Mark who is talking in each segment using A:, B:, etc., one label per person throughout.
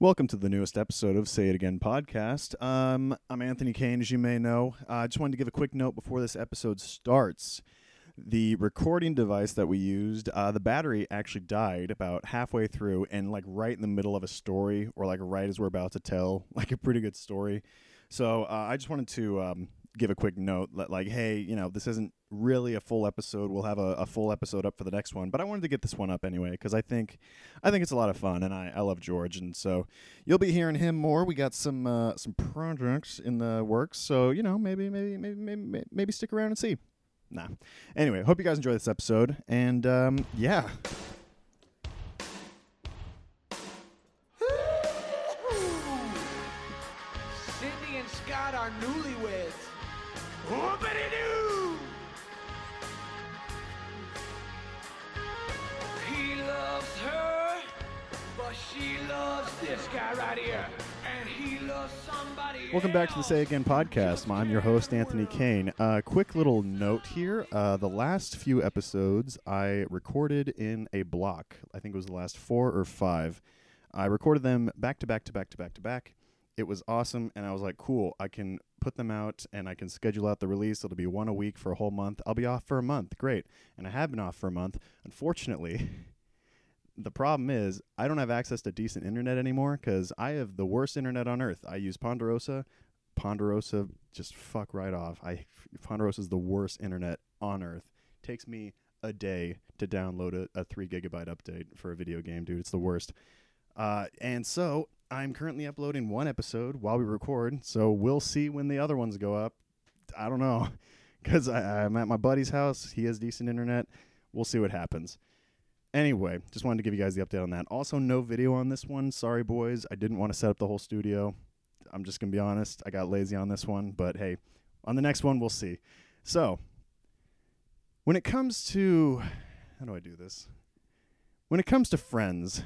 A: Welcome to the newest episode of Say It Again podcast. Um, I'm Anthony Kane, as you may know. Uh, I just wanted to give a quick note before this episode starts. The recording device that we used, uh, the battery actually died about halfway through and like right in the middle of a story, or like right as we're about to tell like a pretty good story. So uh, I just wanted to um, give a quick note that, like, hey, you know, this isn't really a full episode. We'll have a, a full episode up for the next one, but I wanted to get this one up anyway because I think, I think it's a lot of fun, and I, I love George, and so you'll be hearing him more. We got some uh, some projects in the works, so you know, maybe maybe maybe maybe maybe stick around and see. Nah. Anyway, hope you guys enjoy this episode, and um, yeah.
B: Cindy and Scott are newlyweds. Whoopity doo! He loves her, but she loves this guy right here. And he loves somebody.
A: Welcome back to the Say Again podcast. I'm your host, Anthony Kane. uh, quick little note here. Uh, the last few episodes I recorded in a block. I think it was the last four or five. I recorded them back to back to back to back to back. It was awesome, and I was like, cool, I can put them out and I can schedule out the release. It'll be one a week for a whole month. I'll be off for a month. Great. And I have been off for a month. Unfortunately, the problem is I don't have access to decent internet anymore because I have the worst internet on earth. I use Ponderosa. Ponderosa, just fuck right off. I Ponderosa is the worst internet on earth. Takes me a day to download a, a three gigabyte update for a video game, dude. It's the worst. Uh, and so I'm currently uploading one episode while we record. So we'll see when the other ones go up. I don't know because I'm at my buddy's house. He has decent internet. We'll see what happens. Anyway, just wanted to give you guys the update on that. Also, no video on this one. Sorry, boys. I didn't want to set up the whole studio. I'm just going to be honest. I got lazy on this one, but hey, on the next one, we'll see. So, when it comes to. How do I do this? When it comes to friends,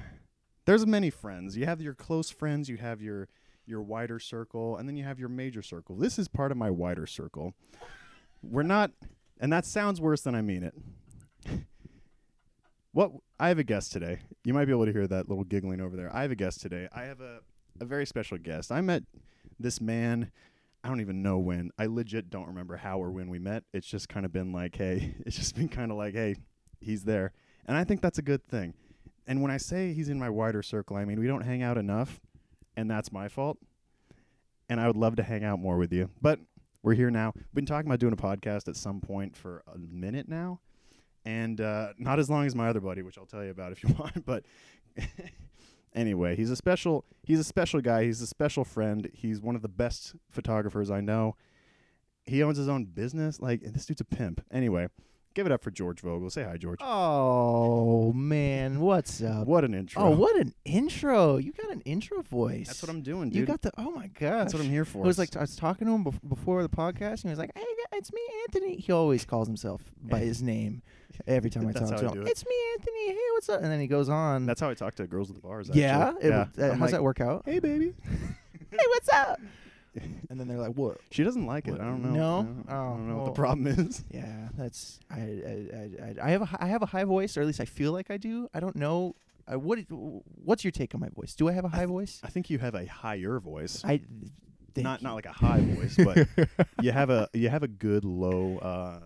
A: there's many friends. You have your close friends, you have your your wider circle, and then you have your major circle. This is part of my wider circle. We're not and that sounds worse than I mean it. What I have a guest today. You might be able to hear that little giggling over there. I have a guest today. I have a, a very special guest. I met this man. I don't even know when. I legit don't remember how or when we met. It's just kind of been like, hey, it's just been kind of like, hey, he's there. And I think that's a good thing. And when I say he's in my wider circle, I mean we don't hang out enough, and that's my fault. And I would love to hang out more with you. But we're here now. Been talking about doing a podcast at some point for a minute now and uh, not as long as my other buddy, which I'll tell you about if you want. But anyway, he's a special he's a special guy. He's a special friend. He's one of the best photographers I know. He owns his own business. Like this dude's a pimp. Anyway, give it up for George Vogel. Say hi, George.
C: Oh man, what's up?
A: what an intro!
C: Oh, what an intro! You got an intro voice.
A: That's what I'm doing, dude.
C: You got the. Oh my god.
A: That's what I'm here for.
C: I was like, I was talking to him bef- before the podcast, and he was like, "Hey, yeah, it's me, Anthony." He always calls himself by his name every time I
A: That's how
C: talk to
A: I
C: him.
A: do it.
C: It's me, Anthony. Hey, what's up? And then he goes on.
A: that's how I talk to girls at the bars. Actually.
C: yeah. It
A: yeah.
C: would- uh,
A: I'm
C: how's
A: like,
C: that work out?
A: Hey, baby.
C: hey, what's up? and then they're like, "What?"
A: She doesn't like it.
C: What?
A: I don't know.
C: No?
A: I don't, I
C: Oh,
A: don't know what the
C: well.
A: problem is.
C: Yeah, that's I I, I I I have a hi- I have a high voice, or at least I feel like I do. I don't know. I, what What's your take on my voice? Do I have a high voice?
A: I think you have a higher voice.
C: I thank
A: not
C: you.
A: not like a high voice, but you have a you have a good low uh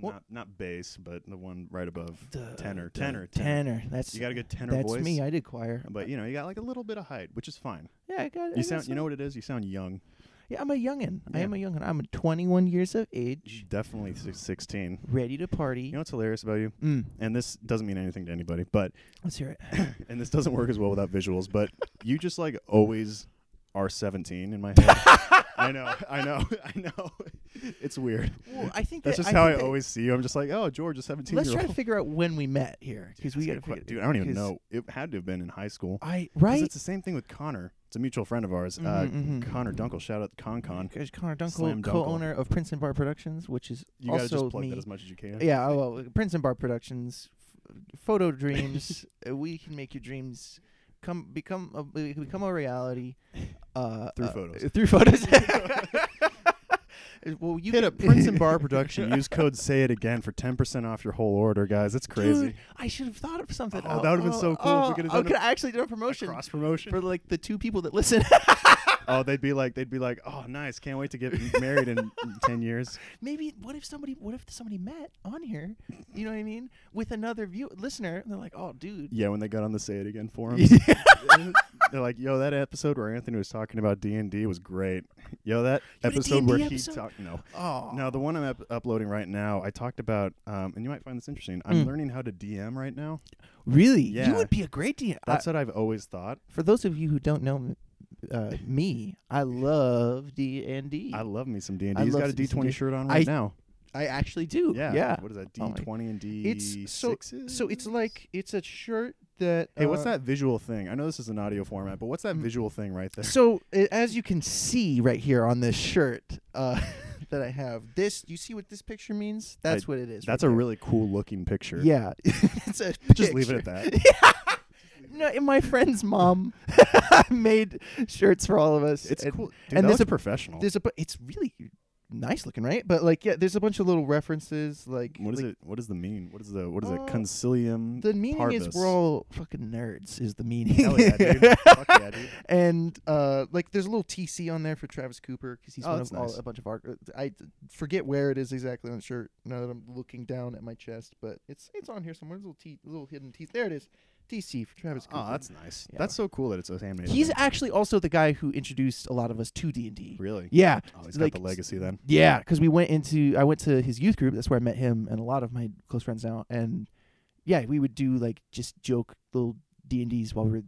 C: Well-
A: not not bass, but the one right above
C: Duh,
A: tenor,
C: duh,
A: tenor, tenor.
C: tenor. That's
A: You got a good tenor
C: that's
A: voice.
C: me. I did choir,
A: but you know, you got like a little bit of height, which is fine.
C: yeah, I got. I
A: You
C: got
A: sound you
C: some-
A: know what it is? You sound young.
C: yeah, I'm a youngin. I
A: Yeah.
C: am a youngin. I'm 21 years of age,
A: Definitely si- 16.
C: ready to party.
A: You know what's hilarious about you?
C: mm,
A: And this doesn't mean anything to anybody, but
C: let's hear it.
A: and this doesn't work as well without visuals, but you just like always are 17 in my head. I know. I know. I know. It's weird.
C: Well, I think
A: That's
C: that-
A: just how I
C: think that-
A: always see you. I'm just like, "Oh, George, a 17
C: Let's
A: year
C: try
A: old."
C: to figure out when we met here, because we got
A: That's a good
C: to
A: que-
C: figure.
A: Dude, I don't even
C: 'cause
A: know. It had to have been in high school. 'Cause
C: I right
A: It's the same thing with Connor. It's a mutual friend of ours. uh,
C: Mhm, mhm.
A: Connor Dunkel. Shout out to Con Con.
C: Because Connor Dunkel,
A: Slam Dunkel.
C: co-owner of Prince and Bar Productions, which is
A: You gotta
C: also
A: just plug
C: me.
A: that as much as you can.
C: yeah, oh, well, Prince and Bar Productions, f- photo dreams. uh, we can make your dreams come become a, be- become a reality uh,
A: Through
C: uh,
A: photos.
C: uh, Through photos. Well, you
A: Hit
C: can-
A: up Prince and Bar Production. Use code Say It Again for ten percent off your whole order, guys. It's crazy.
C: Dude, I should have thought of something.
A: Oh, that would've been so cool if we
C: oh,
A: could've
C: oh,
A: done
C: could
A: a-
C: I actually do a promotion
A: Cross promotion.
C: for like the two people that listen?
A: oh, they'd be like, they'd be like, oh, nice. Can't wait to get married in ten years.
C: Maybe what if somebody what if somebody met on here? You know what I mean? With another view listener, and they're like, "Oh, dude."
A: Yeah, when they got on the Say It Again forum,
C: Yeah.
A: they're like, "Yo, that episode where Anthony was talking about D and D was great. Yo, that
C: the
A: episode
C: D&D
A: where
C: episode?
A: he talked. No,
C: Oh.
A: no, the one I'm up- uploading right now. I talked about, um, and you might find this interesting.
C: Hmm.
A: I'm learning how to DM right now.
C: Really?
A: Yeah.
C: You would be a great DM. I-
A: That's what I've always thought.
C: for those of you who don't know uh, me, I love D and D.
A: I love me some D and D.
C: I
A: He's
C: love
A: got a
C: some
A: D twenty
C: D&D.
A: shirt on right
C: I-
A: now.
C: I actually do.
A: Yeah,
C: Yeah.
A: What is that? D
C: Oh my-
A: twenty and D
C: It's so
A: sixes.
C: so it's like it's a shirt that
A: Hey, what's
C: uh, Mm.
A: that visual thing? I know this is an audio format, but what's that visual thing right there?
C: So i- as you can see right here on this shirt uh, that I have, this you see what this picture means? That's what it is.
A: That's
C: right
A: a
C: there.
A: really cool looking picture.
C: Yeah, it's a
A: Just leave it at
C: picture.
A: that.
C: No, and my friend's mom made shirts for all of us.
A: It's
C: and,
A: cool. Dude,
C: and
A: that
C: there's
A: looks
C: a
A: professional.
C: there's a bu- it's really nice looking, right? But like yeah, there's a bunch of little references like
A: What is
C: like,
A: it? What is the mean? What is the what is it?
C: Uh,
A: Concilium.
C: The meaning is
A: parvis.
C: we're all fucking nerds is the meaning.
A: Hell yeah, dude. Fuck yeah, dude.
C: and uh, like there's a little TC on there for Travis Cooper because he's
A: Oh,
C: one
A: that's
C: of all,
A: nice.
C: a bunch of art. uh, I forget where it is exactly on the shirt now that I'm looking down at my chest, but it's it's on here somewhere. There's a little T, little hidden T. There it is, TC for Travis Cooper.
A: Oh, that's nice.
C: Yeah.
A: That's so cool that it's a handmade.
C: he's
A: thing.
C: actually also the guy who introduced a lot of us to D and D.
A: really.
C: Yeah,
A: Oh, he's
C: like,
A: got the legacy then.
C: yeah, because we went into I went to his youth group. That's where I met him and a lot of my close friends now. And yeah, we would do like just joke little D and D's while we were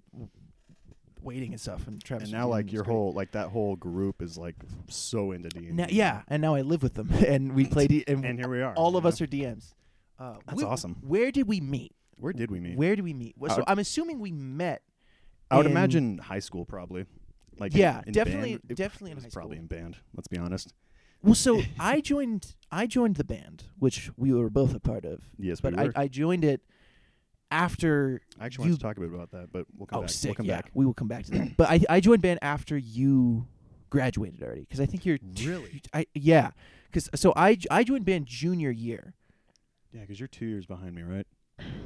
C: waiting and stuff. And Travis
A: And
C: would
A: now
C: do them.
A: like
C: It's
A: your
C: great.
A: whole like that whole group is like so into D and
C: now, yeah, and now I live with them and we play D- and,
A: And here we are.
C: all of
A: you
C: us are DMs. Uh,
A: That's awesome.
C: Where did we meet?
A: know? Where did we meet?
C: Where did we meet? Well,
A: I
C: So
A: would-
C: I'm assuming we met.
A: I would
C: in-
A: imagine high school probably. Like in-
C: Yeah,
A: in
C: definitely-
A: band. It- it
C: definitely in
A: was
C: high
A: probably
C: school.
A: in band. Let's be honest.
C: Well, so I joined. I joined the band, which we were both a part of.
A: Yes,
C: but
A: we were.
C: I, I joined it after
A: I actually
C: you
A: wanted to talk a bit about that, but we'll come
C: oh,
A: back.
C: sick.
A: We'll come
C: yeah,
A: back.
C: we will come back to that. But I, I joined band after you graduated already because I think you're two-
A: Really?
C: I yeah, because so I j- I joined band junior year.
A: Yeah, because you're two years behind me, right?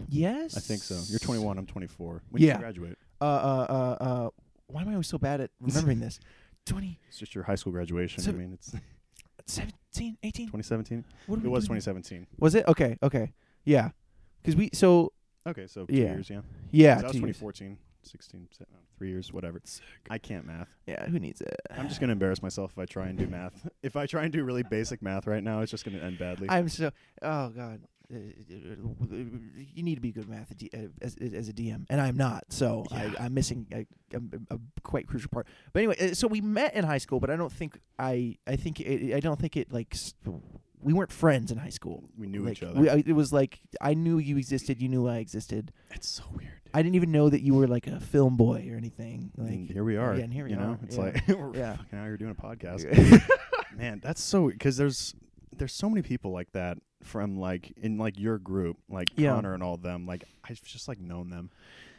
C: Yes,
A: I think so. You're 21. I'm 24. When did
C: Yeah.
A: you graduate?
C: Uh uh uh uh. Why am I always so bad at remembering this? 20,
A: It's just your high school graduation.
C: So-
A: I mean, it's
C: 17, 18?
A: 2017.
C: What am
A: It
C: I
A: was
C: doing?
A: 2017.
C: Was it okay? Okay, yeah, because we so
A: Okay, so two
C: Yeah.
A: years, yeah. 'Cause
C: yeah.
A: that was
C: two years.
A: 2014, 16, se- uh, three years, whatever. I can't math.
C: Yeah, who needs it?
A: I'm just gonna embarrass myself if I try and do math. if I try and do really basic math right now, it's just gonna end badly.
C: I'm so. Oh God, Uh, you need to be good at math at D- uh, as, as a DM, and I'm not. So
A: Yeah.
C: I, I'm missing a, a, a quite crucial part. But anyway, uh, so we met in high school, but I don't think I. I think it, I don't think it like. s- We weren't friends in high school.
A: we knew
C: like,
A: each other.
C: We, I, it was like I knew you existed. You knew I existed.
A: That's so weird.
C: I didn't even know that you were like a film boy or anything. Like
A: and here we are.
C: yeah, and here we
A: you know,
C: are,
A: it's
C: yeah.
A: like we're
C: Yeah.
A: fucking out here doing a podcast. Man, that's so because there's there's so many people like that from like in like your group, like
C: Yeah.
A: Connor and all of them. Like I've just like known them,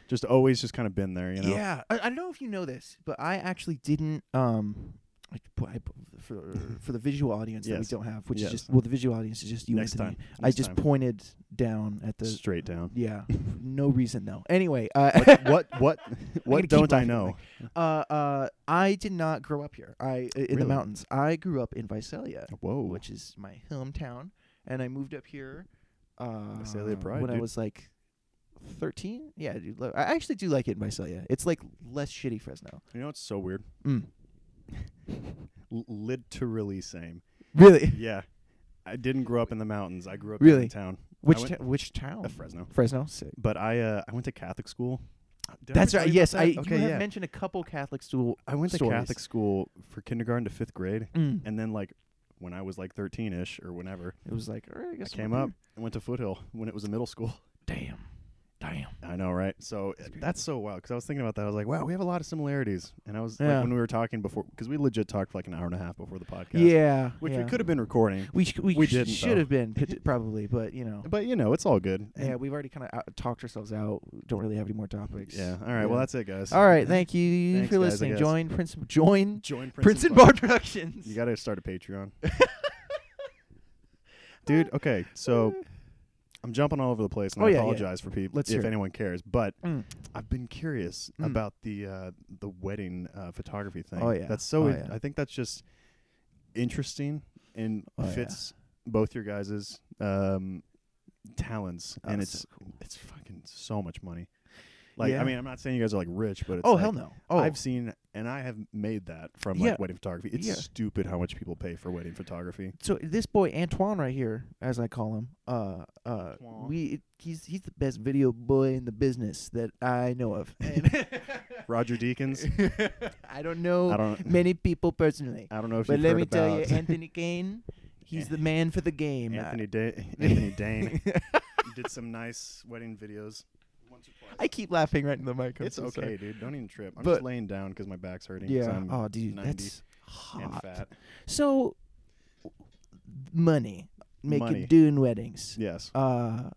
A: just always just kind of been there, you know.
C: Yeah, I, I don't know if you know this, but I actually didn't. Um, I, p- I p- for for the visual audience
A: Yes.
C: that we don't have, which
A: Yes.
C: is just well, the visual audience is just you.
A: Next
C: Anthony.
A: time.
C: I
A: Next
C: just
A: time.
C: pointed down at the.
A: straight down.
C: yeah, no reason though. Anyway, uh,
A: what what
C: gonna
A: what
C: keep
A: don't I
C: laughing at
A: know?
C: uh, uh, I did not grow up here. I in the
A: Really?
C: mountains. I grew up in Visalia,
A: Whoa.
C: which is my hometown, and I moved up here. Uh,
A: Visalia pride,
C: when I
A: dude.
C: was like. 13 yeah dude, lo- i actually do like it in visalia it's like less shitty fresno
A: you know it's so weird.
C: mm.
A: L- literally same.
C: really
A: Yeah. I didn't grow up in the mountains. I grew up
C: Really? Oh.
A: in town.
C: Which
A: I went-
C: ta- which town?
A: uh, Fresno.
C: Fresno. Sick.
A: But I uh, I went to Catholic school. Did I
C: That's
A: ever tell
C: right.
A: you about
C: Yes,
A: that?
C: I
A: okay,
C: you have
A: yeah.
C: mentioned a couple Catholic school.
A: I went to
C: stories.
A: Catholic school for kindergarten to 5th grade
C: Mm.
A: and then like when I was like 13ish or whenever,
C: It was like, all right, I
A: I
C: guess I'm
A: came up and went to Foothill when it was a middle school.
C: here. Damn. Damn.
A: I know, right? So that's so wild because I was thinking about that. I was like, wow, we have a lot of similarities. And I was
C: Yeah.
A: like, when we were talking before, because we legit talked for like an hour and a half before the podcast.
C: Yeah.
A: Which
C: yeah.
A: we could have been recording.
C: We sh- we,
A: we
C: sh-
A: didn't,
C: should
A: though.
C: have been pot- probably, but you know.
A: But, you know, it's all good.
C: Yeah,
A: And-
C: we've already kind of out- talked ourselves out. Don't really have any more topics.
A: Yeah. All right.
C: Yeah.
A: Well, that's it, guys.
C: All right. Thank you
A: Thanks,
C: for
A: guys, I
C: listening.
A: guess.
C: Join Prince. Join
A: Join Prince
C: Prince
A: and
C: and
A: Bar.
C: Bar Productions.
A: You got to start a Patreon. Dude, okay. So I'm jumping all over the place and
C: Oh,
A: I
C: yeah, yeah.
A: apologize for people
C: Let's
A: if
C: hear it.
A: anyone cares, but
C: Mm.
A: I've been curious
C: Mm.
A: about the uh, the wedding uh, photography thing.
C: Oh, yeah.
A: That's so
C: Oh,
A: in-
C: yeah.
A: I think that's just interesting and
C: Oh, yeah.
A: fits both your guys' um, talents
C: Oh,
A: and
C: that's
A: it's it's fucking so much money. Like
C: Yeah.
A: I mean, I'm not saying you guys are like rich, but it's
C: oh
A: like,
C: hell no. Oh,
A: I've seen and I have made that from like
C: Yeah.
A: wedding photography. It's
C: Yeah.
A: stupid how much people pay for wedding photography.
C: so this boy Antoine right here, as I call him, uh, uh,
A: Antoine.
C: we he's he's the best video boy in the business that I know of. And
A: Roger Deakins.
C: I don't know
A: I don't
C: many people personally,
A: I don't know if
C: but
A: you've
C: let
A: heard about
C: me tell you, Anthony Kane, he's the man for the game.
A: Anthony Da- Anthony Dane did some nice wedding videos. Once or twice.
C: I keep laughing right in the mic. I'm
A: it's
C: so
A: okay,
C: sorry.
A: dude. Don't even trip. I'm
C: But-
A: just laying down because my back's hurting. 'cause
C: Yeah.
A: I'm
C: Oh, dude,
A: 90
C: that's
A: and
C: hot.
A: fat.
C: So, money, making
A: Money.
C: doing weddings.
A: Yes.
C: Uh,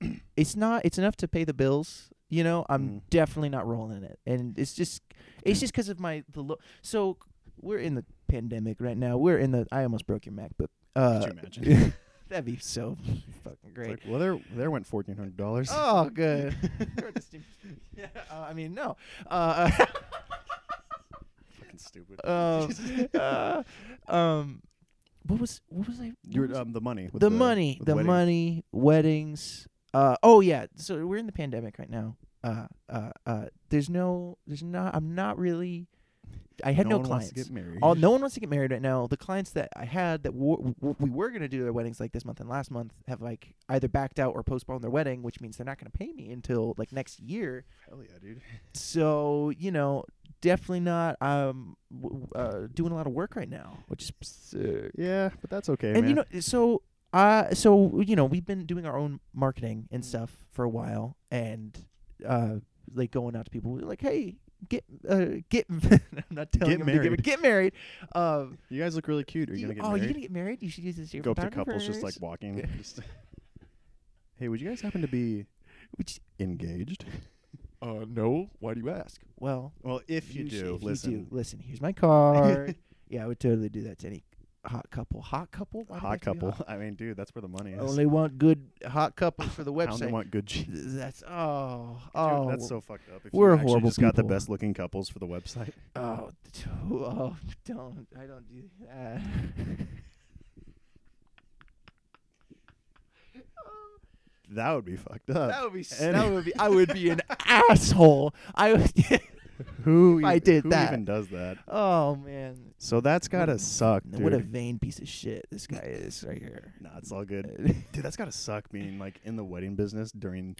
C: it's not. It's enough to pay the bills. You know, I'm
A: Mhm.
C: definitely not rolling it, and it's just, it's just because of my the low. So we're in the pandemic right now. We're in the. I almost broke your MacBook. Uh,
A: Could you imagine?
C: that'd be so fucking
A: It's
C: great.
A: like, well, there there went fourteen hundred dollars.
C: Oh, good. yeah, uh, I mean, no. Uh,
A: Fucking stupid.
C: um, uh, um, what was what was I? what
A: Your,
C: was I-
A: um, the money. with
C: the, money,
A: with
C: the
A: wedding.
C: money, weddings. Uh, oh yeah. So we're in the pandemic right now. Uh, uh, uh, there's no, there's not. I'm not really. I had
A: no,
C: no,
A: one
C: clients.
A: Wants to get married.
C: All, no one wants to get married right now. The clients that I had that wa- w- we were going to do their weddings like this month and last month have like either backed out or postponed their wedding, which means they're not going to pay me until like next year.
A: Hell yeah, dude.
C: So you know, definitely not. Um, w- w- uh, doing a lot of work right now, which is sick
A: Yeah, but that's okay,
C: and
A: man.
C: you know so uh so you know we've been doing our own marketing
A: Mm.
C: and stuff for a while and uh like going out to people we're like hey get uh get i'm not
A: Get
C: telling them to get-
A: married.
C: get married um
A: you guys look really cute. Are you gonna get
C: oh
A: married?
C: you gonna get married you should use this as your
A: Go up to couples just like
C: photographers."
A: walking. just- hey, would you guys happen to be
C: which
A: engaged?
D: Uh, no. Why do you ask?
C: well
A: Well, if you,
C: sh-
A: do,
C: if
A: listen.
C: you do listen here's my card yeah i would totally do that to any hot couple hot couple Why do they
A: Hot
C: have to be
A: couple. I mean, dude, that's where the money
C: I
A: is.
C: only want good hot couples for the
A: I only
C: website
A: want good cheese.
C: that's oh
A: Dude,
C: oh
A: that's so fucked up. If
C: we're
A: you actually
C: horrible
A: just got the
C: people.
A: best looking couples for the website.
C: Oh, t- oh, don't. I don't do that.
A: That would be fucked up.
C: that would be. s-
A: and-
C: That would be. I would be an asshole. I would.
A: who
C: if I
A: e-
C: did
A: who
C: that.
A: even does that?
C: oh man,
A: So that's gotta suck, dude.
C: what a vain piece of shit this guy is right here.
A: Nah, it's all good, dude. That's gotta suck being like in the wedding business during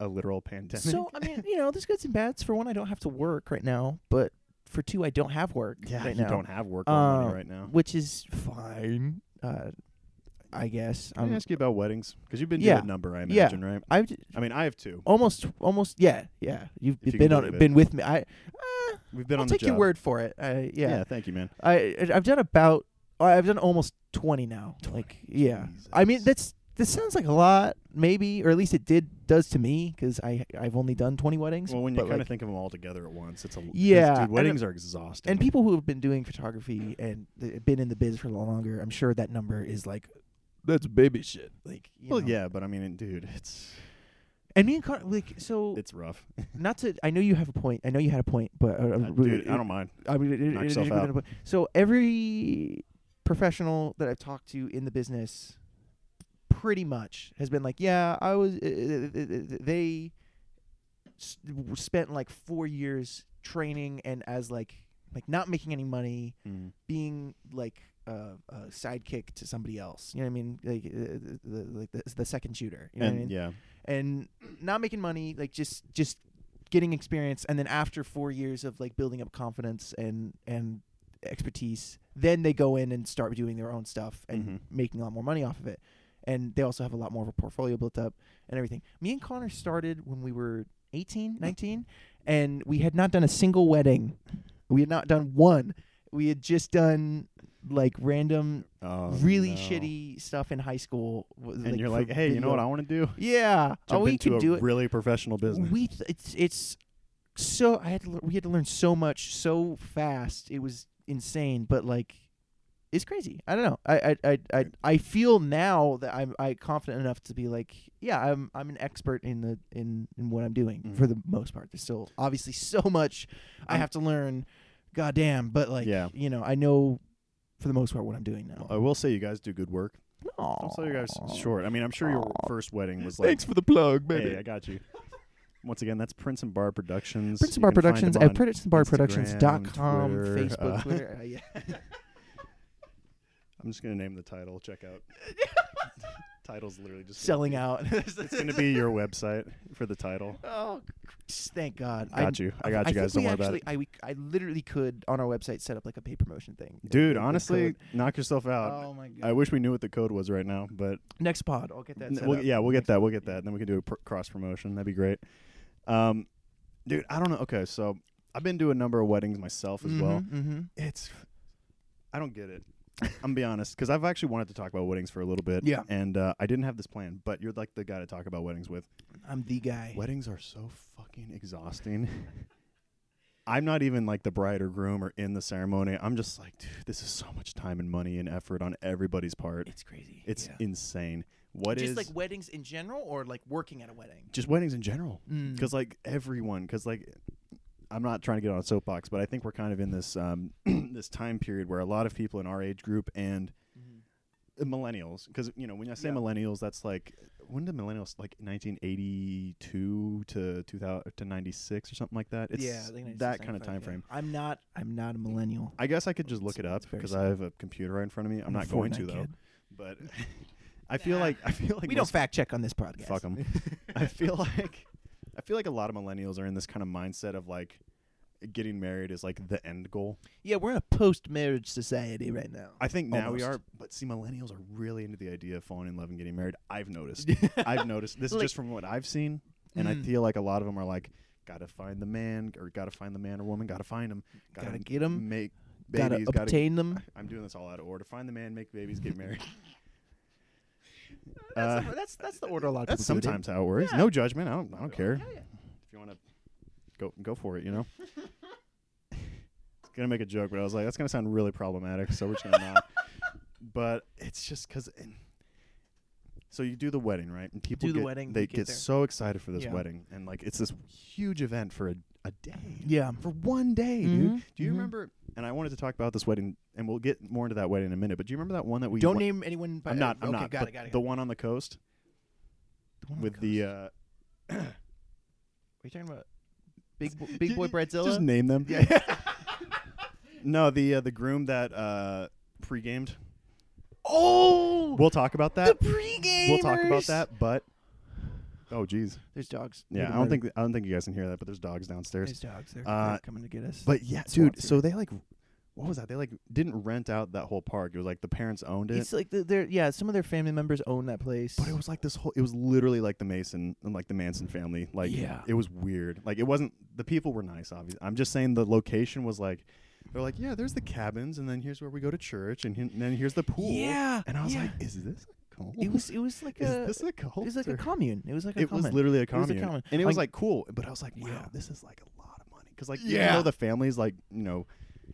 A: a literal pandemic.
C: so I mean, you know, there's goods and bads. For one, I don't have to work right now, but for two, I don't have work
A: yeah,
C: right
A: you
C: now,
A: don't have work on
C: Uh,
A: money right now.
C: which is fine. Uh, I guess.
A: Can I
C: Um,
A: ask you about weddings? Because you've been
C: yeah.
A: doing a number, I
C: Yeah.
A: imagine, right?
C: I've j-
A: I mean, I have two.
C: almost, almost, yeah, yeah. You've
A: If you
C: been
A: can
C: on,
A: believe it.
C: been with me. I. Uh,
A: We've been
C: I'll
A: on
C: take
A: the job.
C: your word for it. I yeah.
A: thank you, man.
C: I I've done about I've done almost twenty now. Like yeah. I mean
A: Jesus.
C: that's this sounds like a lot, maybe, or at least it did does to me because I I've only done twenty weddings.
A: Well, when you
C: but,
A: kind of
C: like-
A: think of them all together at once, it's a 'cause,
C: Yeah,
A: Dude,
C: and-
A: weddings are exhausting.
C: and people who have been doing photography and th- been in the biz for longer, I'm sure that number is like that's baby shit. Like you
A: well,
C: know.
A: yeah, but I mean, dude, it's
C: And me and Connor, like so
A: it's rough,
C: not to. I know you have a point. I know you had a point, but uh,
A: Uh, dude. I don't mind.
C: I mean, it- it-
A: Knock
C: it-
A: yourself
C: it-
A: out.
C: it- so every professional that I've talked to in the business, pretty much has been like, yeah, I was. uh, uh, uh, uh, They s- w- spent like four years training and as like like not making any money,
A: Mm.
C: being like uh, a sidekick to somebody else. You know what I mean? Like uh, the, the, like the, the second shooter. You know
A: and
C: what I mean?
A: yeah,
C: and not making money, like just just getting experience, and then after four years of like building up confidence and and expertise, then they go in and start doing their own stuff and
A: Mhm.
C: making a lot more money off of it. and they also have a lot more of a portfolio built up and everything. Me and Connor started when we were 18, 19, and we had not done a single wedding. We had not done one. We had just done like random,
A: Oh,
C: really
A: no.
C: shitty stuff in high school. w-
A: And you're
C: for
A: like, hey, you know
C: video."
A: what I want to do?
C: Yeah, oh,
A: Jump
C: we
A: into
C: could
A: a
C: do it.
A: really professional business.
C: We th- it's it's so I had to, lear- we had to learn so much so fast. It was insane, but like it's crazy. I don't know. I I I I, I feel now that I'm I confident enough to be like, yeah, I'm I'm an expert in the in in what I'm doing
A: Mhm.
C: for the most part. There's still obviously so much I have to learn. Goddamn, but like
A: Yeah.
C: you know, I know for the most part what I'm doing now.
A: I will say you guys do good work.
C: Aw.
A: Don't sell your guys short. I mean, I'm sure your first wedding was like,
D: Thanks for the plug, baby.
A: hey, I got you. Once again, that's Prince and Bar Productions.
C: Princeton
A: You
C: Bar
A: can find
C: Productions
A: them
C: at
A: on-
C: princetonbarproductions.com,
A: Twitter,
C: Facebook,
A: uh,
C: Twitter. Uh, yeah.
A: I'm just gonna name the title. Check out. Title's literally just
C: Selling out.
A: It's gonna be your website for the title.
C: Oh, thank God.
A: Got you. I got you guys. Don't
C: think
A: worry
C: we
A: about
C: actually,
A: it.
C: I, we, I literally could on our website set up like a pay promotion thing.
A: Dude,
C: With the
A: honestly, uh,
C: code.
A: knock yourself out.
C: Oh my God.
A: I wish we knew what the code was right now, but
C: Next pod, I'll get that.
A: N-
C: Set
A: we'll-
C: up.
A: yeah, we'll get that. We'll get that. And then we can do a pr- cross promotion. That'd be great. Um, dude, I don't know. Okay, so I've been to a number of weddings myself as well.
C: Mm-hmm.
A: It's, I don't get it. I'm gonna be honest, because I've actually wanted to talk about weddings for a little bit.
C: Yeah.
A: and uh, I didn't have this plan, but you're like the guy to talk about weddings with.
C: I'm the guy.
A: Weddings are so fucking exhausting. I'm not even like the bride or groom or in the ceremony. I'm just like, dude, this is so much time and money and effort on everybody's part.
C: It's crazy.
A: It's
C: yeah.
A: insane. What is
C: just like weddings in general, or like working at a wedding.
A: just weddings in general?
C: Mm.
A: because like everyone because like i'm not trying to get on a soapbox but i think we're kind of in this um this time period where a lot of people in our age group and uh, millennials because you know when i say
C: Mm-hmm. Yeah.
A: millennials that's like when did millennials like 1982 to 2000 to 96 or something like that it's
C: yeah, I think it's
A: that
C: the
A: kind of
C: same
A: time
C: yeah.
A: frame
C: I'm not. I'm not a millennial.
A: i guess i could just look it up
C: it's very
A: because i
C: similar.
A: have a computer right in front of me i'm,
C: a
A: not going to
C: Fortnite
A: though
C: kid.
A: but i feel like i feel like
C: we don't
A: most
C: fact check on this podcast.
A: Fuck 'em. I feel like I feel like a lot of millennials are in this kind of mindset of like getting married is like the end goal.
C: Yeah, we're in a post-marriage society right now.
A: I think now we
C: Almost.
A: are, but see, millennials are really into the idea of falling in love and getting married. I've noticed. I've noticed. This is
C: Like-
A: just from what I've seen, and I
C: Mm.
A: feel like a lot of them are like, gotta find the man or gotta find the man or woman, gotta find him,
C: Gotta get 'em,
A: make
C: gotta
A: babies, gotta.
C: obtain them.
A: I'm doing this all out of order. Find the man, make babies, get married. Uh,
C: That's, the- that's that's the order a lot of
A: That's
C: people do it in.
A: sometimes how it works. No judgment. I don't. I don't care. If you want to go, go for it. You know. gonna make a joke, but I was like, that's gonna sound really problematic, so we're just gonna not. But it's just because. So you do the wedding, right? And people
C: Do the
A: get-
C: wedding,
A: They
C: we
A: get,
C: get there.
A: so excited for this
C: Yeah.
A: wedding, and like it's this huge event for a, a day.
C: Yeah.
A: For one day, dude.
C: Mhm,
A: Do you
C: mhm.
A: remember? And I wanted to talk about this wedding, and we'll get more into that wedding in a minute. But do you remember that one that we?
C: Don't
A: went-
C: name anyone. By,
A: I'm not.
C: Okay,
A: I'm not.
C: Got
A: but
C: it. Got it.
A: The
C: got
A: one on the coast
C: it. one on
A: with
C: coast.
A: the.
C: Are
A: Uh,
C: you talking about big bo- big boy Bradzilla?
A: Just name them.
C: yeah.
A: No, the uh, the groom that uh, pre-gamed.
C: oh.
A: We'll talk about
C: the
A: that.
C: pregame.
A: We'll talk about that. But oh, geez.
C: There's dogs. They're
A: Yeah, I
C: gonna
A: don't
C: murder-
A: think I don't think you guys can hear that, but there's dogs
C: there's
A: downstairs.
C: dogs. They're,
A: uh,
C: they're coming to get us.
A: But yeah,
C: Swans
A: dude.
C: here.
A: So they like, what was that? They like didn't rent out that whole park. It was like the parents owned it.
C: it's like the, they're yeah. Some of their family members own that place.
A: But it was like this whole. It was literally like the Mason and like the Manson family. Like
C: Yeah.
A: it was weird. Like it wasn't. The people were nice. Obviously, I'm just saying the location was like. They're like, yeah, there's the cabins, and then here's where we go to church, and, he- and then here's the pool.
C: Yeah,
A: And I was
C: yeah.
A: like, is this a cult?
C: It was it was like
A: is
C: a
A: this a cult?
C: it was like
A: or-
C: a commune. It was like a
A: It was
C: commune.
A: literally a
C: was a
A: commune.
C: commune.
A: And it was
C: Like-
A: like cool, but I was like, wow,
C: Yeah.
A: this is like a lot of money. Because like, even
D: Yeah.
A: though the family's like, you know,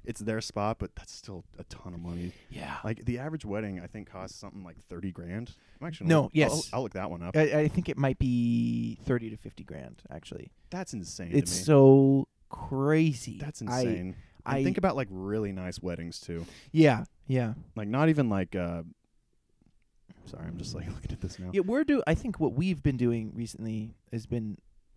A: it's their spot, but that's still a ton of money.
C: yeah.
A: Like the average wedding, I think costs something like thirty grand. I'm actually
C: No,
A: I'll-
C: yes. Uh,
A: I'll, look that one up.
C: I, I think it might be thirty to fifty grand actually.
A: that's insane.
C: It's
A: to me.
C: so crazy.
A: that's
C: I-
A: insane. I,
C: I-
A: think about like really nice weddings too.
C: yeah, yeah,
A: Like not even like. uh Sorry, I'm just like looking at this now.
C: yeah. We're do. I think what we've been doing recently has been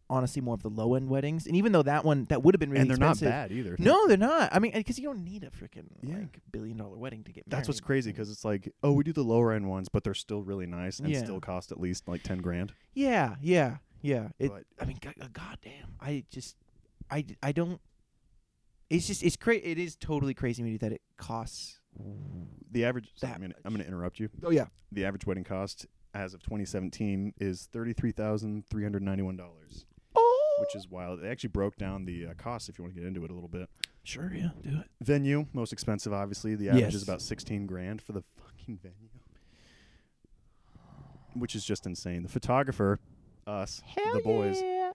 C: honestly more of the low end weddings, and even though that one that would have been really
A: and they're
C: expensive,
A: not bad either.
C: No, they're not. I mean, because you don't need a freaking
A: Yeah.
C: like billion dollar wedding to get married.
A: That's what's crazy because it's like, oh, we do the lower end ones, but they're still really nice and
C: Yeah.
A: still cost at least like ten grand.
C: Yeah, yeah, yeah. It,
A: But-
C: I mean, god, uh, goddamn. I just, I, d- I don't. It's just, it's crazy. It is totally crazy to me that it costs.
A: The average. Sorry,
C: That
A: I'm gonna,
C: much.
A: I'm gonna interrupt you.
C: Oh yeah.
A: The average wedding cost as of 2017 is $33,391,
C: Oh,
A: which is wild. They actually broke down the uh, cost if you want to get into it a little bit.
C: sure, yeah, do it.
A: Venue, most expensive, obviously. The average
C: Yes.
A: is about 16 grand for the fucking venue, which is just insane. The photographer, us,
C: Hell
A: the boys,
C: yeah.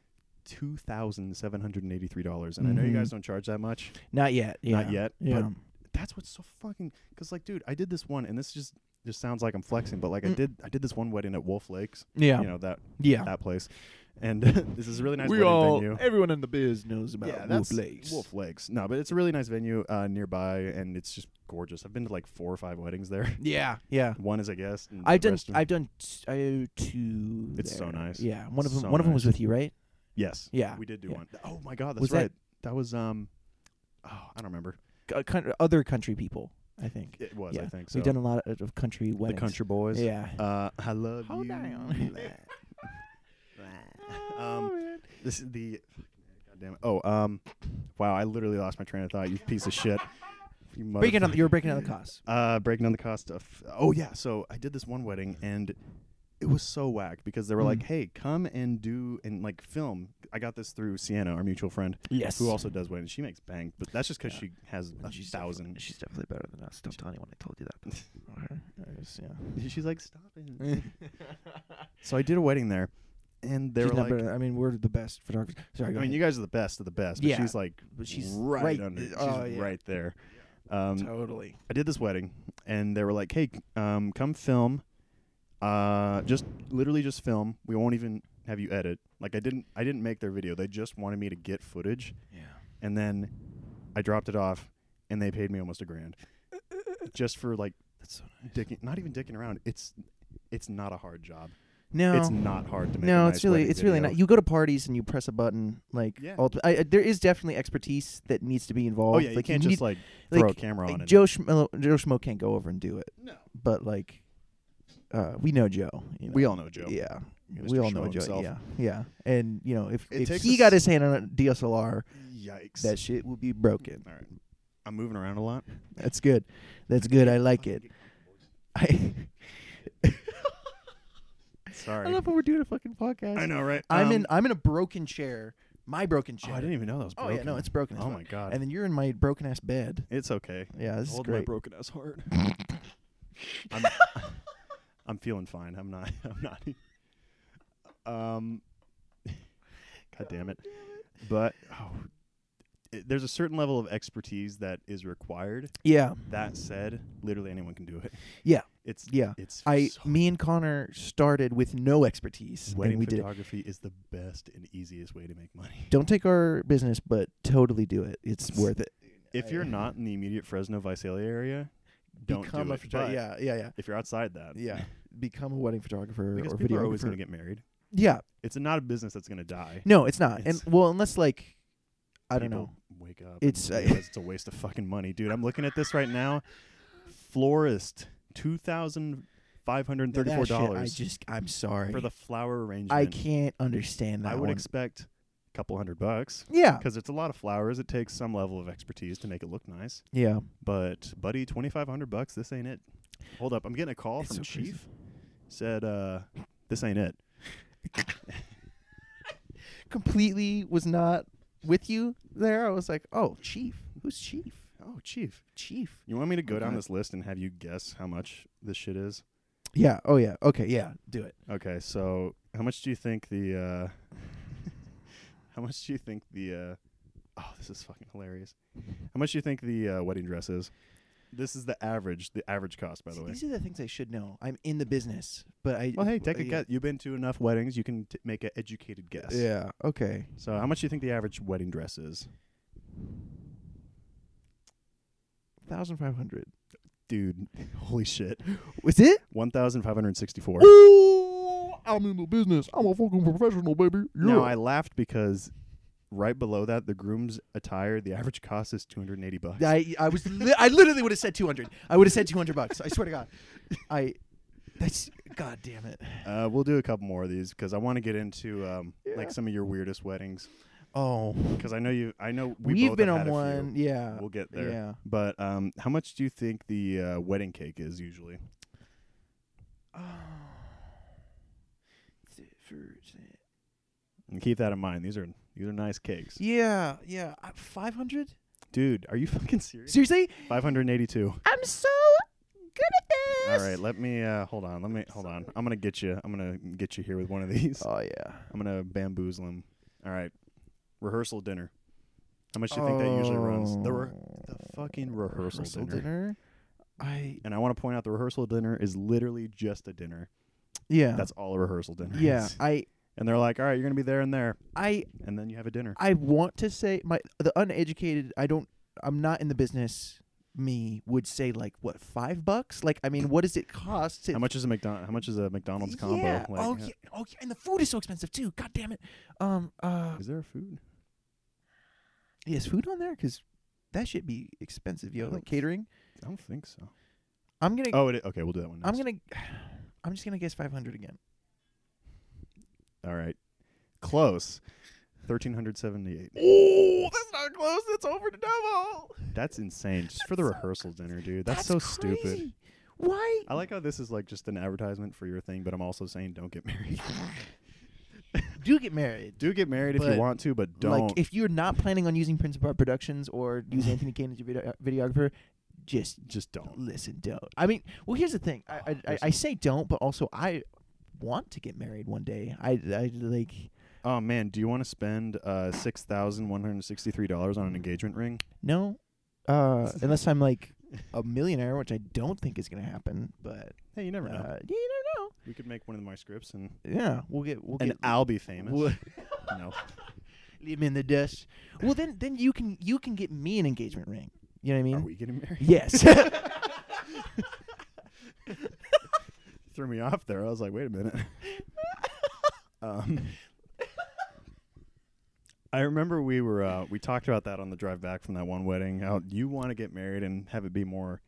A: $2,783. And I know you
C: Mhm.
A: guys don't charge that much.
C: Not yet. Yeah. um,
A: Not yet,
C: Yeah.
A: but- that's what's so fucking because like dude i did this one and this just just sounds like i'm flexing but like i
C: Mm.
A: did i did this one wedding at wolf lakes
C: yeah.
A: you know that
C: yeah.
A: that place and this is a really nice
D: we
A: wedding
D: all,
A: venue
D: everyone in the biz knows about
A: yeah,
D: Wolf
A: that's
D: Lakes.
A: Wolf Lakes. No, but it's a really nice venue uh, nearby, and it's just gorgeous. I've been to like four or five weddings there.
C: yeah. Yeah.
A: One is a guest. And
C: I've
A: the
C: done.
A: rest are-
C: I've done. T- I two.
A: It's so
C: there.
A: nice.
C: Yeah. One of them.
A: So
C: one of them was
A: nice.
C: with you, right?
A: yes,
C: Yeah.
A: we did do
C: yeah.
A: one. Oh my god, that's
C: Was that-
A: right. That, was um, oh I don't remember.
C: C- uh, coun- other country people, I think.
A: It was I
C: Yeah.
A: think so.
C: We've done a lot of, of country
A: the
C: weddings.
A: Country Boys.
C: Yeah.
A: Uh, I love you. um,
C: Oh, man.
A: This is the. God damn it. Oh, um, wow! I literally lost my train of thought. You piece of shit. You
C: breaking
A: motherfucker.
C: on. You're breaking on the cost.
A: Uh, breaking down the cost of. Oh yeah, so I did this one wedding and it was so whack because they were like,
C: Mm.
A: "Hey, come and do and like film." I got this through Sienna, our mutual friend,
C: Yes.
A: who also does weddings. She makes bank, but that's just because she has a
C: She's
A: thousand.
C: Definitely, she's definitely better than us. Don't tell anyone I told you that. Okay. I just- yeah.
A: She's like, "Stop it." so I did a wedding there, and they
C: She's
A: were
C: not
A: like,
C: better- I mean, we're the best photographers. Sorry, go
A: I mean, you
C: ahead.
A: guys are the best of the best, but
C: Yeah,
A: she's like,
C: but she's
A: right,
C: right-
A: under, she's
C: oh, yeah.
A: right there. Um,
C: totally.
A: I did this wedding, and they were like, "Hey, c- um, come film, uh, just literally just film. We won't even have you edit." Like I didn't, I didn't make their video. They just wanted me to get footage,
C: Yeah.
A: and then I dropped it off, and they paid me almost a grand, just for like
C: That's so
A: dicking, not even dicking around. It's, it's not a hard job.
C: No.
A: It's not hard to make.
C: no,
A: a
C: it's
A: nice
C: really
A: wedding
C: it's really
A: video.
C: not. You go to parties and you press a button. Like,
A: Yeah.
C: ulti- I, I- there is definitely expertise that needs to be involved.
A: Oh yeah, you
C: like,
A: can't
C: need,
A: just like throw
C: like,
A: a camera
C: like,
A: on it.
C: Joe Schmo, uh, Joe Schmo can't go over and do it.
A: No.
C: but like, uh, we know Joe. You know?
A: We all know Joe.
C: Yeah,
A: Mr.
C: we all know
A: Schmo
C: Joe.
A: himself.
C: Yeah, yeah. And you know, if
A: It
C: if
A: takes
C: he
A: us-
C: got his hand on a DSLR,
A: Yikes.
C: that shit will be broken.
A: All right. I'm moving around a lot.
C: That's good. That's good. I like it. I,
A: Sorry.
C: I love when we're doing a fucking podcast.
A: I know, right?
C: I'm
A: Um,
C: in. I'm in a broken chair. My broken
A: Oh,
C: chair.
A: I didn't even know that was
C: Oh
A: broken.
C: yeah, no, it's broken. as
A: Oh
C: fuck.
A: my god.
C: And then you're in my broken ass bed.
A: it's okay.
C: Yeah, this is
D: Hold my
C: great.
D: broken ass heart.
A: I'm, I'm feeling fine. I'm not. I'm not. e-, Um. God damn it. But oh, it, there's a certain level of expertise that is required.
C: yeah,
A: That said, literally anyone can do it.
C: Yeah.
A: It's
C: yeah.
A: It's
C: I,
A: so-
C: me and Connor started with no expertise,
A: wedding
C: and we did. it.
A: photography is the best and easiest way to make money.
C: Don't take our business, but totally do it. It's worth it.
A: If you're not in the immediate Fresno Visalia area, don't
C: become
A: do
C: a
A: it.
C: photographer.
A: But
C: Yeah, yeah, yeah,
A: If you're outside that,
C: yeah. Become a wedding photographer
A: because
C: or
A: people
C: videographer.
A: are always going to get married.
C: yeah,
A: It's not a business that's going to die.
C: no, it's not.
A: It's-
C: and well, unless like, I don't
A: People
C: know.
A: Wake up.
C: It's- uh,
A: It's realize it's a waste of fucking money, dude. I'm looking at this right now. Florist, two thousand five hundred
C: Now that
A: thirty-four
C: shit, I
A: dollars
C: just, I'm sorry.
A: for the flower arrangement.
C: I can't understand that.
A: I would
C: one.
A: expect a couple hundred bucks
C: Yeah,
A: because it's a lot of flowers. It takes some level of expertise to make it look nice.
C: yeah.
A: But buddy, twenty-five hundred bucks. This ain't it. Hold up, I'm getting a call
C: It's
A: from
C: so crazy.
A: Chief. Said, uh, this ain't it.
C: Completely was not with you there. I was like, oh, chief. Who's chief?
A: Oh, Chief.
C: Chief.
A: You want me to go down
C: Okay.
A: this list and have you guess how much this shit is?
C: Yeah. Oh yeah. Okay. Yeah. Do it.
A: Okay, so how much do you think the uh how much do you think the uh oh this is fucking hilarious. How much do you think the uh, wedding dress is? This is the average, the average cost by the
C: See,
A: way.
C: These are the things I should know. I'm in the business, but I.
A: Well, hey, take a
C: yeah.
A: guess. You've been to enough weddings, you can t- make an educated guess.
C: Yeah. Okay.
A: So, how much do you think the average wedding dress is?
C: Thousand five hundred.
A: Dude, holy shit.
C: Was it?
A: 1564.
C: Ooh, I'm in the business. I'm a fucking professional, baby.
A: No, I laughed because right below that the groom's attire, the average cost is 280 bucks.
C: I, I was. Li- I literally would have said two hundred. I would have said two hundred bucks. I swear to God. I. That's. God damn it.
A: Uh, we'll do a couple more of these because I want to get into um, like some of your weirdest weddings
C: Oh,
A: because I know you. I know we
C: have
A: both
C: been
A: have
C: on
A: had a few.
C: one. Yeah.
A: We'll get there.
C: Yeah.
A: But um, how much do you think the uh, wedding cake is usually?
C: percent.
A: And keep that in mind. These are these are nice cakes.
C: Yeah, yeah. uh, Five hundred?
A: Dude, are you fucking serious?
C: Seriously?
A: 582.
C: I'm so good
A: All
C: at this.
A: right, let me uh hold on. Let me hold on. I'm going to get you. I'm going to get you here with one of these.
C: Oh yeah.
A: I'm going to bamboozle him. All right. Rehearsal dinner. How much do you think that usually
C: Oh.
A: runs? The re- the fucking rehearsal, dinner.
C: I
A: And I want to point out the rehearsal dinner is literally just a dinner.
C: yeah.
A: That's all a rehearsal dinner
C: yeah.
A: is.
C: I
A: And they're like, "All right, you're going to be there and there."
C: I
A: And then you have a dinner.
C: I want to say my the uneducated. I don't. I'm not in the business. Me would say like what five bucks? Like I mean, what does it cost? to-
A: How much is a McDonald? How much is a McDonald's combo?
C: Yeah.
A: Like,
C: oh
A: uh,
C: yeah. Oh yeah. And the food is so expensive too. God damn it. Um. Uh.
A: Is there a food?
C: Is food on there? Cause that should be expensive, yo.
A: I
C: Like
A: don't-
C: catering.
A: I don't think so.
C: I'm gonna.
A: Oh, it, okay. We'll do that one. Next.
C: I'm gonna. I'm just gonna guess 500 again.
A: All right. Close. Thirteen hundred seventy-eight.
C: Oh, that's not close. That's over to double.
A: That's insane. Just for the
C: That's so-
A: rehearsal dinner, dude. That's, so stupid.
C: crazy. Why?
A: I like how this is like just an advertisement for your thing, but I'm also saying don't get married.
C: Do get married.
A: do get married if
C: But,
A: you want to, but don't.
C: Like, if you're not planning on using Prince of Art Productions or use Anthony Kane as your video- videographer, just
A: just don't.
C: listen, don't. I mean, well, here's the thing. I, I, I, I say don't, but also I want to get married one day. I, I like,
A: Oh man, do you want to spend uh six thousand one hundred sixty-three dollars on an engagement ring?
C: no, uh, unless I'm like a millionaire, which I don't think is going to happen, but
A: Hey, you
C: uh,
A: never know.
C: yeah, you don't
A: We could make one of my scripts, and
C: know. Yeah, we'll get, we'll
A: and
C: get,
A: I'll be famous.
C: we'll-
A: no.
C: leave me in the dust. Well, then, then you can, you can get me an engagement ring. You know what I mean?
A: Are we getting married?
C: Yes.
A: threw me off there. I was like, wait a minute. um, I remember we were uh, we talked about that on the drive back from that one wedding. How you want to get married and have it be more.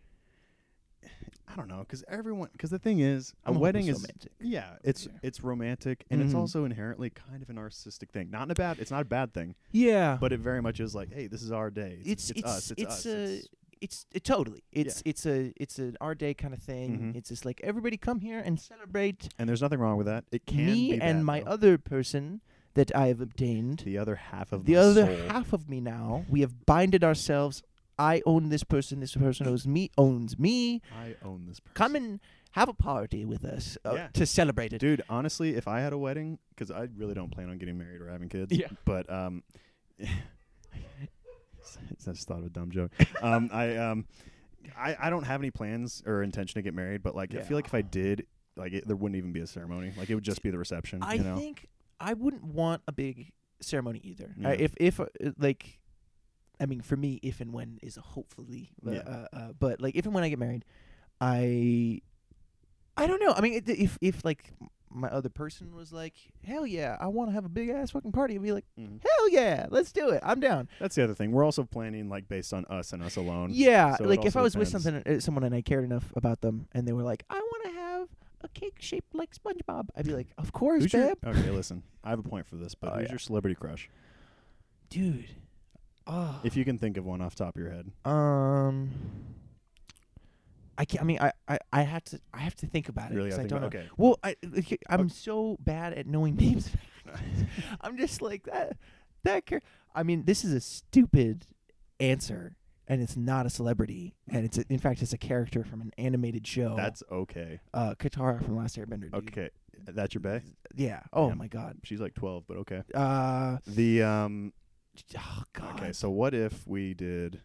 A: I don't know, because everyone, because the thing is, a
C: I'm hoping
A: wedding
C: it's
A: is
C: romantic.
A: yeah, it's it's romantic and it's
C: Mhm.
A: also inherently kind of a narcissistic thing. Not in a bad, it's not a bad thing,
C: yeah.
A: but it very much is like, hey, this is our day. It's us. It's, us.
C: a
A: it's-
C: it's it, totally it's it's a it's an our day kind of thing.
A: Mhm.
C: It's just like everybody come here and celebrate
A: and there's nothing wrong with that. It can
C: me
A: be
C: and
A: that,
C: my
A: though.
C: other person that I have obtained.
A: the other half
C: The,
A: of my
C: other
A: soul.
C: half of me now we have binded ourselves. I own this person. This person owns me. Owns me.
A: I own this person.
C: Come and have a party with us uh,
A: Yeah.
C: to celebrate it.
A: dude. Honestly, if I had a wedding, because I really don't plan on getting married or having kids.
C: Yeah.
A: But um, I just thought of a dumb joke. um, I um, I I don't have any plans or intention to get married, but like I feel like if I did, like it, there wouldn't even be a ceremony. Like it would just be the reception.
C: I
A: you know.
C: think I wouldn't want a big ceremony either.
A: Yeah.
C: I- if if uh, uh, like, I mean, for me, if and when is hopefully, uh,
A: Yeah.
C: uh, uh, but like if and when I get married, I, I don't know. I mean, it, if if like m- my other person was like, hell yeah, I want to have a big ass fucking party, I'd be like,
A: Mhm.
C: hell yeah, let's do it. I'm down.
A: That's the other thing. We're also planning like based on us and us alone.
C: Yeah,
A: So it
C: like if I
A: also
C: was with
A: depends.
C: something, uh, someone, and I cared enough about them, and they were like, I want to have a cake shaped like SpongeBob, I'd be like, of course,
A: Who's
C: babe.
A: your, okay, listen. I have a point for this, but
C: Oh,
A: who's
C: yeah.
A: your celebrity crush?
C: dude. Oh.
A: If you can think of one off the top of your head.
C: Um, I can I mean, I, I, I have to. I have to think about it.
A: Really,
C: 'cause
A: I
C: I
A: think
C: don't know.
A: about- okay.
C: Well, I, like, I'm so bad at knowing names. I'm just like that. That. Car- I mean, this is a stupid answer, and it's not a celebrity, and it's a, in fact it's a character from an animated show.
A: That's okay.
C: uh, Katara from Last Airbender. dude.
A: Okay, that's your bay.
C: Yeah. Oh
A: Yeah.
C: my god.
A: She's like twelve, but okay.
C: Uh.
A: The um
C: Oh god.
A: okay, so what if we did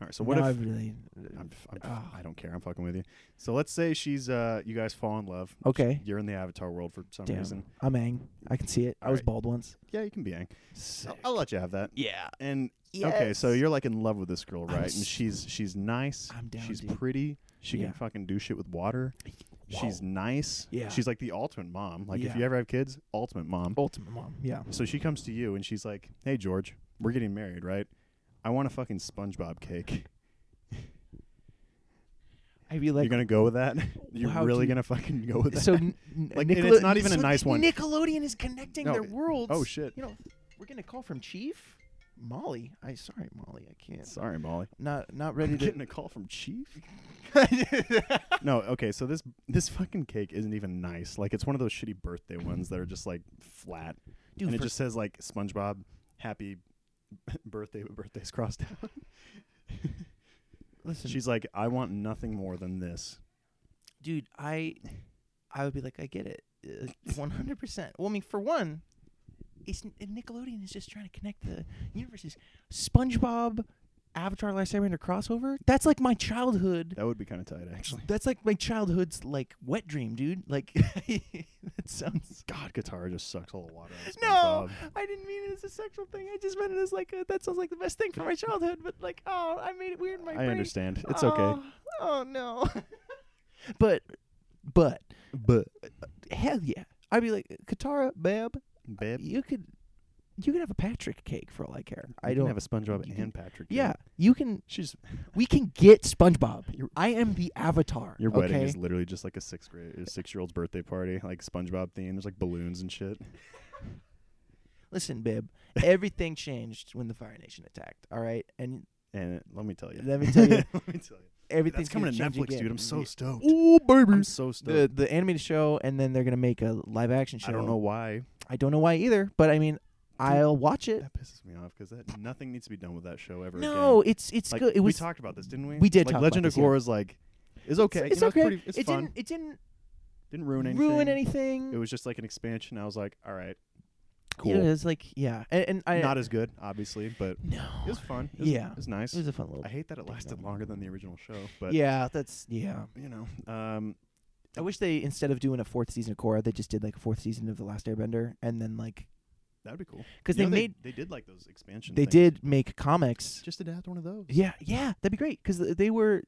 A: All right, so what
C: Now
A: if
C: I've really?
A: I'm, f- I'm, f-
C: Ah.
A: I don't care. I'm fucking with you. So let's say she's uh you guys fall in love.
C: Okay.
A: You're in the avatar world for some
C: Damn.
A: reason.
C: I'm Aang. I can see it. I was
A: Alright. Oh,
C: bald once.
A: Yeah, you can be Aang. I'll, I'll let you have that.
C: Yeah.
A: And okay, so
C: Yes.
A: you're like in love with this girl,
C: I'm
A: right?
C: s-
A: And she's she's nice.
C: I'm down,
A: she's
C: dude.
A: pretty. She
C: Yeah.
A: can fucking do shit with water. She's
C: Whoa.
A: nice.
C: Yeah.
A: She's like the ultimate mom. Like if
C: Yeah.
A: you ever have kids, ultimate mom.
C: ultimate mom. Yeah.
A: So she comes to you and she's like, "Hey George, we're getting married, right? I want a fucking SpongeBob cake.
C: I'd be like,
A: You're gonna go with that? You're
C: Wow,
A: really
C: dude.
A: gonna fucking go with that?
C: so n- n-
A: Like, and
C: Nickel-
A: it's not even a
C: so
A: nice one.
C: Nickelodeon is connecting
A: No,
C: their
A: it-
C: worlds.
A: oh, shit.
C: You know, we're gonna call from Chief. Molly, I sorry, Molly, I can't.
A: Sorry, Molly.
C: Not not ready to.
A: Getting a call from Chief? No, okay, so this this fucking cake isn't even nice. Like it's one of those shitty birthday ones that are just like flat.
C: Dude,
A: and it
C: for-
A: just says like SpongeBob happy birthday but birthday's crossed out.
C: Listen,
A: She's like, I want nothing more than this.
C: dude, I I would be like, I get it, Uh, one hundred percent. Well, I mean, for one, it's n- Nickelodeon is just trying to connect the universes. SpongeBob, Avatar, Last Airbender crossover. That's like my childhood.
A: That would be kind of tight actually.
C: That's like my childhood's like wet dream, dude. Like that sounds.
A: God, guitar just sucks all the water out of
C: No,
A: SpongeBob.
C: I didn't mean it as a sexual thing. I just meant it as like a, that sounds like the best thing from my childhood. But like, oh, I made it weird in my
A: I
C: brain.
A: understand. It's okay.
C: Oh, oh, no. but, but
A: But
C: hell yeah, I'd be like Katara, babe.
A: babe,
C: You could, you could have a Patrick cake for all I care. I
A: you
C: don't
A: can have a SpongeBob
C: you
A: and
C: can-
A: Patrick.
C: yeah,
A: Babe.
C: you can.
A: She's
C: We can get SpongeBob.
A: Your-
C: I am the Avatar.
A: your
C: okay?
A: wedding is literally just like a sixth grade six year old's birthday party, like SpongeBob theme. There's like balloons and shit.
C: Listen, babe. Everything changed when the Fire Nation attacked. All right, and
A: And let me tell you.
C: Let me tell you.
A: let me tell you.
C: everything's
A: That's coming to
C: gonna
A: Netflix,
C: change again.
A: dude. I'm so stoked.
C: Oh,
A: I'm
C: baby.
A: so stoked.
C: The the animated show, and then they're gonna make a live action show.
A: I don't know why.
C: I don't know why either, but I mean, I'll watch it.
A: That pisses me off because that nothing needs to be done with that show ever.
C: No,
A: again.
C: it's it's
A: like,
C: good. It was
A: we talked about this, didn't we?
C: we did
A: Like
C: talk about
A: Legend
C: this,
A: of
C: yeah.
A: Korra's like is okay.
C: It's,
A: you know,
C: okay.
A: pretty, it's
C: it
A: fun.
C: didn't it didn't
A: Didn't ruin anything.
C: ruin anything.
A: It was just like an expansion. I was like, all right,
C: You
A: cool.
C: know, It was like yeah, and, and I
A: Not as good, obviously, but
C: no.
A: it was fun. It was,
C: Yeah.
A: it was nice.
C: It was a fun little.
A: I hate that it lasted longer than the original show, but
C: yeah, that's yeah.
A: you know, um,
C: I wish they instead of doing a fourth season of Korra, they just did like a fourth season of The Last Airbender, and then like
A: that'd be cool.
C: because
A: You
C: they
A: know,
C: made
A: they did like those expansion.
C: they
A: things.
C: did make comics.
A: just adapt one of those.
C: Yeah, yeah, that'd be great because they were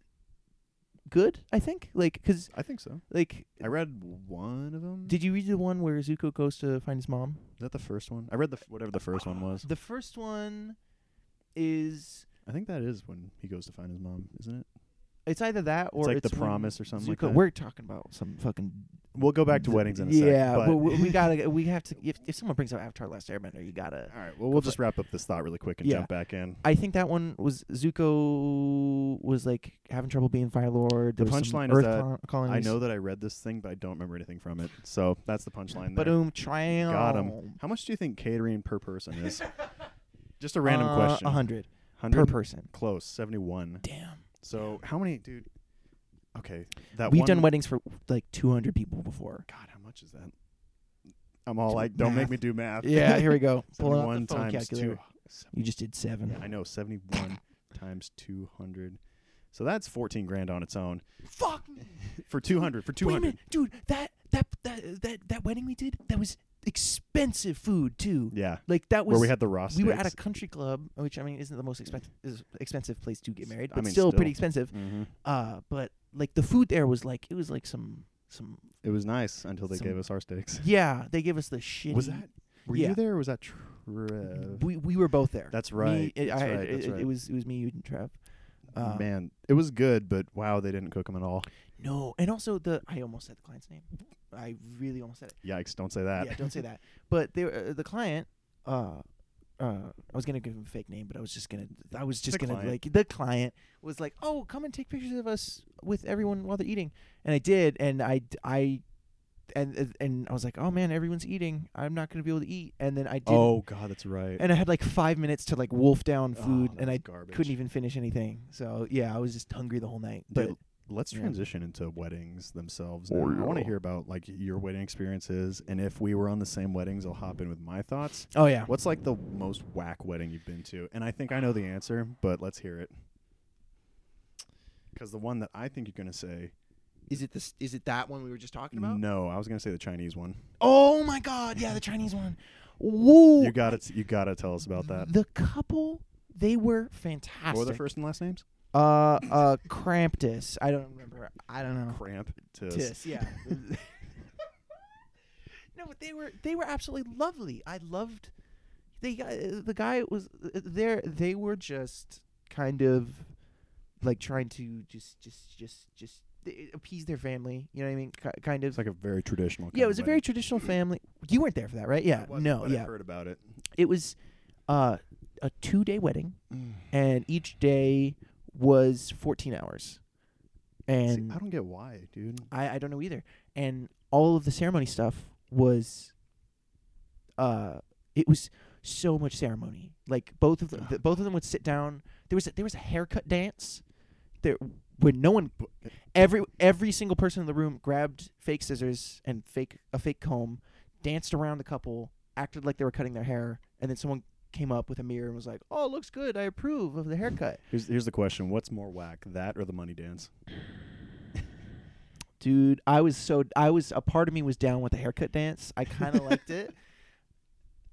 C: good. I think like because
A: I think so.
C: like
A: I read one of them.
C: Did you read the one where Zuko goes to find his mom?
A: Is that the first one? I read the f- whatever the first one was.
C: The first one is
A: I think that is when he goes to find his mom, isn't it?
C: it's either that
A: it's
C: or
A: like the
C: when
A: promise or something like
C: Zuko-
A: that.
C: We're talking about some fucking.
A: We'll go back to weddings in a
C: yeah,
A: second.
C: but we, we gotta. We have to. If, if someone brings up Avatar: Last Airbender, you gotta.
A: all right. Well, we'll just wrap up this thought really quick and
C: Yeah.
A: jump back in.
C: I think that one was Zuko was like having trouble being Fire Lord.
A: The
C: there was some
A: punchline is
C: Earth
A: that
C: col-
A: I
C: colonies.
A: know that I read this thing, but I don't remember anything from it. So that's the punchline
C: But
A: there.
C: um, triumph.
A: Got him. How much do you think catering per person is? just a random
C: Uh,
A: question.
C: A hundred
A: 100?
C: per person.
A: Close. Seventy-one.
C: Damn.
A: So how many, dude? Okay, that
C: We've
A: one,
C: done weddings for like two hundred people before.
A: God, how much is that? I'm all
C: Do
A: like, don't make
C: math.
A: me do math.
C: Yeah, here we go. Pull out
A: Seventy-one
C: the phone
A: times
C: calculator.
A: two.
C: You just did seven.
A: Yeah, I know. 71 times 200. So that's 14 grand on its own.
C: Fuck.
A: For 200. For
C: Wait a
A: 200.
C: minute, dude. That that that that that wedding we did that was expensive food too.
A: Yeah.
C: Like that was
A: Where we had the raw
C: we were at a
A: steaks.
C: country club, which I mean isn't the most expensive is expensive place to get married,
A: I
C: but
A: mean,
C: still, pretty
A: still.
C: expensive.
A: Mhm.
C: Uh, but like the food there was like it was like some some
A: It was nice until they
C: Some-
A: gave us our steaks.
C: yeah they gave us the shitty.
A: Was that? Were
C: yeah.
A: you there or was that uh, Trev?
C: We we were both there.
A: That's right.
C: Me, it,
A: That's
C: I,
A: right,
C: It,
A: that's
C: it-
A: right.
C: it was it was me, you, and Trev. Uh,
A: Man, it was good, but wow, they didn't cook them at all.
C: No, and also the I almost said the client's name. I really almost said it.
A: Yikes! Don't say that.
C: Yeah, don't say that. But they, were- uh, the client, uh, uh, I was gonna give him a fake name, but I was just gonna, I was just
A: The
C: gonna
A: client.
C: like the client was like, oh, come and take pictures of us with everyone while they're eating, and I did, and I, d- I- and uh, and I was like, oh man, everyone's eating, I'm not gonna be able to eat, and then I did,
A: oh God, that's right.
C: and I had like five minutes to like wolf down
A: Oh,
C: food,
A: that's
C: and I
A: garbage.
C: couldn't even finish anything. So yeah, I was just hungry the whole night. But
A: Dude, let's
C: yeah.
A: transition into weddings themselves.
D: Oh,
A: now. I want to
D: yeah.
A: hear about like your wedding experiences, and if we were on the same weddings, I'll hop in with my thoughts.
C: oh yeah,
A: What's like the most whack wedding you've been to? And I think I know the answer, but let's hear it. Because the one that I think you're gonna say,
C: is it this? Is it that one we were just talking
A: no, I was gonna say the Chinese one.
C: Oh my God, yeah, the Chinese one. Whoa,
A: You gotta, you gotta tell us about that.
C: The couple, they were fantastic.
A: What were their first and last names?
C: Uh, uh, Krampus. I don't remember. I don't know.
A: Cramp. Tis.
C: Uh, Tis, yeah. no, but they were they were absolutely lovely. I loved. They got- uh, the guy was uh, there. They were just kind of like trying to just just just just uh, appease their family. You know what I mean? Ki kind of.
A: It's like a very traditional.
C: yeah,
A: kinda
C: it was a
A: wedding.
C: very traditional family. You weren't there for that, right? Yeah.
A: I wasn't,
C: no.
A: but I've
C: Yeah
A: heard about it.
C: it was uh a two day wedding, and each day was 14 hours.
A: See,
C: And
A: I don't get why, dude.
C: I, I don't know either. And all of the ceremony stuff was, uh, it was so much ceremony. Like both of them, the, both of them would sit down. There was a, there was a haircut dance, there when no one, every every single person in the room grabbed fake scissors and fake a fake comb, danced around the couple, acted like they were cutting their hair, and then someone came up with a mirror and was like, "Oh, looks good. I approve of the haircut."
A: Here's here's the question: What's more whack, that or the money dance?
C: Dude, I was so I was a part of me was down with the haircut dance. I kind of liked it.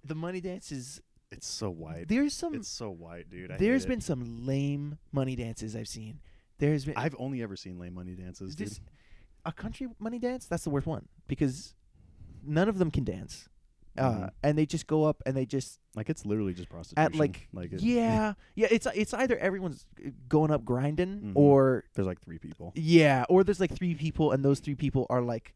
C: The money dance is
A: It's so white.
C: there's some
A: it's so white, dude. I hate
C: um, there's
A: it.
C: been some lame money dances I've seen. There's been
A: I've only ever seen lame money dances, dude.
C: this, a country money dance. That's the worst one because none of them can dance, uh,
A: Mhm.
C: and they just go up and they just
A: Like it's literally just prostitution.
C: at like,
A: it-
C: yeah yeah. It's it's either everyone's uh, going up grinding
A: Mhm.
C: or
A: There's like three people.
C: Yeah, or there's like three people, and those three people are like,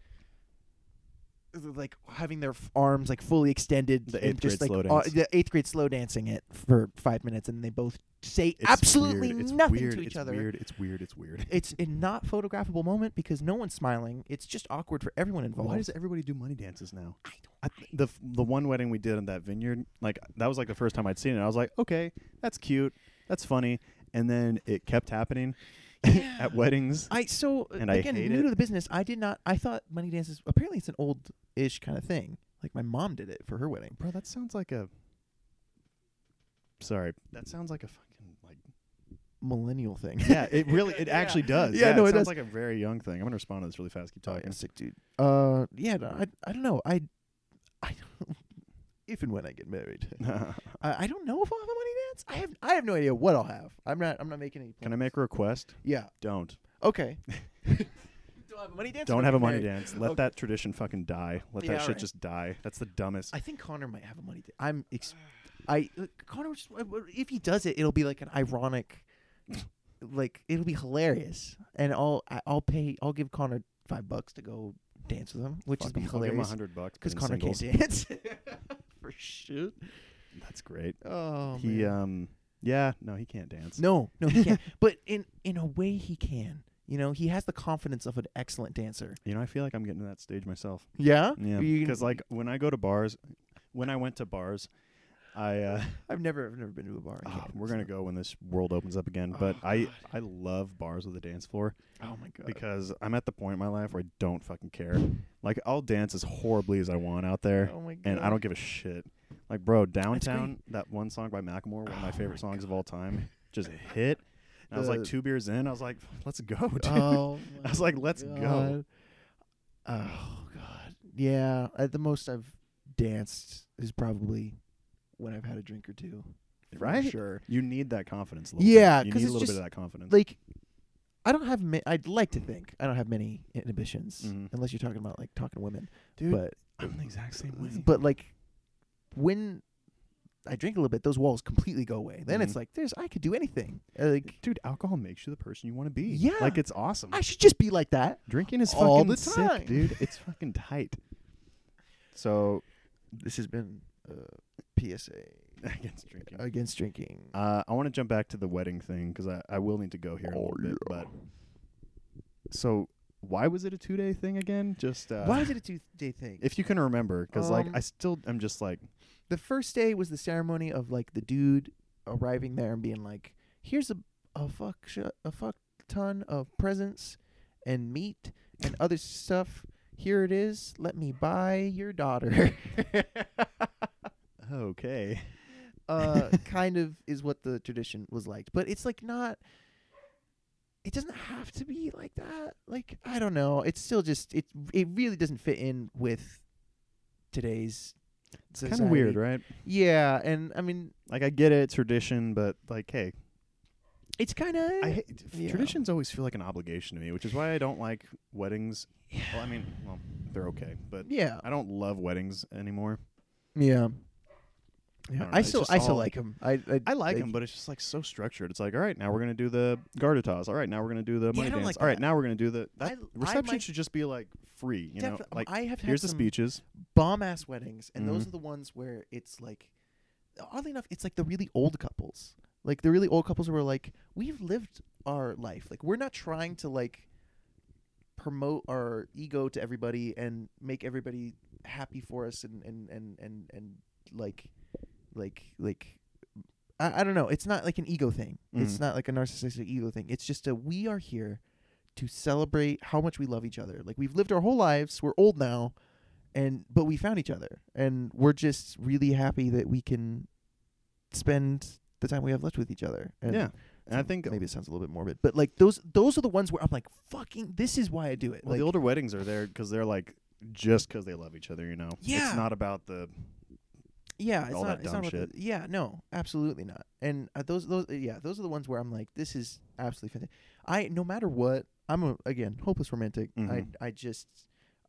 C: like having their f- arms like fully extended,
A: The
C: and
A: eighth
C: just
A: grade
C: like
A: slow
C: uh,
A: dance.
C: the eighth grade slow dancing it for five minutes, and they both say
A: It's
C: absolutely
A: weird. It's
C: nothing
A: weird.
C: to each
A: it's
C: other.
A: Weird. It's weird. It's weird.
C: It's a not photographable moment because no one's smiling. It's just awkward for everyone involved.
A: Why does everybody do money dances now?
C: I
A: I, the f- the one wedding we did in that vineyard, like that was like the first time I'd seen it. I was like, okay, that's cute, that's funny, and then it kept happening at weddings.
C: I so uh,
A: And I
C: again
A: hate
C: new
A: it.
C: to the business. I did not. I thought money dances. Apparently, it's an old-ish kind of thing. Like my mom did it for her wedding.
A: Bro, that sounds like a. Sorry, that sounds like a fucking like.
C: Millennial thing.
A: Yeah, it really, it actually does.
C: Yeah,
A: Yeah,
C: no,
A: it,
C: it
A: sounds
C: does.
A: like a very young thing. I'm gonna respond to this really fast. Keep
C: Oh, yeah,
A: talking.
C: sick dude. Uh, yeah, no, I, I don't know. I, I don't. If and when I get married, I, I don't know if I'll have a money dance. I have, I have no idea what I'll have. I'm not, I'm not making any. Plans.
A: Can I make a request?
C: Yeah.
A: Don't,
C: Okay. don't have a money dance. or
A: don't
C: get
A: have a money
C: married?
A: dance. Let
C: Okay.
A: that tradition fucking die. Let
C: Yeah,
A: that shit
C: alright.
A: just die. That's the dumbest.
C: I think Connor might have a money. dance. I'm. Ex- I Connor just if he does it, it'll be like an ironic, like it'll be hilarious, and I'll I- I'll pay I'll give Connor five bucks to go dance with him, which
A: Fuck
C: would be
A: 'em. I'll give him a
C: hilarious
A: hundred bucks
C: because
A: being
C: Connor
A: single.
C: can't dance for shoot.
A: That's great.
C: Oh
A: he um yeah no he can't dance
C: no, no, he can't. but in in a way, he can. You know, he has the confidence of an excellent dancer.
A: you know i feel like i'm getting to that stage myself
C: Yeah,
A: yeah
C: You-
A: because like when i go to bars when i went to bars i uh
C: I've never, I've never been to a bar. I
A: ah,
C: can't,
A: we're
C: so-
A: gonna go when this world opens up again but i i love bars with a dance floor
C: Oh my god.
A: because i'm at the point in my life where i don't fucking care like i'll dance as horribly as i want out there
C: Oh my god.
A: and i don't give a shit like bro downtown that one song by macklemore one of
C: Oh my
A: my favorite songs of all time just hit and i was like
C: The-
A: two beers in i was like let's go dude
C: Oh,
A: I was like,
C: my
A: "Let's go."
C: God. Oh god. Yeah, at the most I've danced is probably when I've had a drink or two. for
A: Right?
C: Sure.
A: You need that confidence. A little
C: Yeah,
A: bit. you
C: 'cause
A: need a
C: it's
A: little
C: just
A: bit of that confidence.
C: Like. I don't have. Ma- I'd like to think I don't have many inhibitions,
A: Mhm.
C: unless you're talking about like talking to women.
A: Dude,
C: but
A: I'm the exact same way.
C: But like when I drink a little bit, those walls completely go away. Then it's
A: Mhm.
C: like there's I could do anything. Uh, Like
A: dude, alcohol makes you the person you want to be.
C: Yeah.
A: like it's awesome.
C: I should just be like that.
A: Drinking is
C: all
A: fucking
C: the time.
A: sick, dude. It's fucking tight. So
C: This has been uh, PSA
A: against drinking,
C: against drinking.
A: uh, I want to jump back to the wedding thing because I, I will need to go here in a
C: Oh,
A: little bit. But so why was it a two day thing again? Just uh,
C: Why is it a two day thing?
A: If you can remember, because like
C: Um,
A: I still I'm just like
C: the first day was the ceremony of like the dude arriving there and being like, "Here's a a fuck sh- a fuck ton of presents and meat and other stuff. Here it is. Let me buy your daughter."
A: okay.
C: uh, kind of is what the tradition was like. But it's like not. It doesn't have to be like that. Like I don't know. It's still just it. It really doesn't fit in with today's.
A: It's kind of weird, right?
C: Yeah, and I mean,
A: Like I get it, tradition, but like hey,
C: it's kind of.
A: I hate,
C: Eh, Yeah.
A: traditions always feel like an obligation to me, which is why I don't like weddings. Well, I mean, well, they're okay, but
C: Yeah,
A: I don't love weddings anymore.
C: yeah.
A: I
C: Yeah,
A: don't know,
C: I
A: it's
C: still,
A: just
C: I still
A: all-
C: like him. I, I,
A: I like
C: Like-
A: them, but it's just like so structured. It's like, all right, now we're gonna do the garter toss. All right, now we're gonna do the
C: I
A: money
C: don't
A: dance.
C: like
A: all right,
C: that.
A: now we're gonna do the that
C: I- I
A: reception
C: like-
A: should just be like free. You know,
C: Defi-
A: like
C: I have had
A: here's the
C: some
A: speeches.
C: bomb ass weddings, and those
A: Mhm.
C: are the ones where it's like oddly enough, it's like the really old couples. Like the really old couples who are like, we've lived our life. Like we're not trying to like promote our ego to everybody and make everybody happy for us and and and and, and like like like I, I don't know. It's not like an ego thing. It's
A: Mhm.
C: not like a narcissistic ego thing. It's just a we are here to celebrate how much we love each other. Like we've lived our whole lives. We're old now and but we found each other and we're just really happy that we can spend the time we have left with each other and
A: yeah. And I
C: so
A: think
C: maybe it sounds a little bit morbid but like those those are the ones where i'm like fucking this is why i do it
A: Well,
C: like,
A: the older weddings are there because they're like just because they love each other, you know.
C: Yeah.
A: It's not about the.
C: yeah it's
A: all
C: not,
A: that
C: it's
A: dumb
C: not about
A: shit.
C: The, yeah no absolutely not and uh, those those uh, yeah those are the ones where i'm like this is absolutely fantastic i no matter what i'm a, again hopeless romantic
A: Mhm.
C: i i just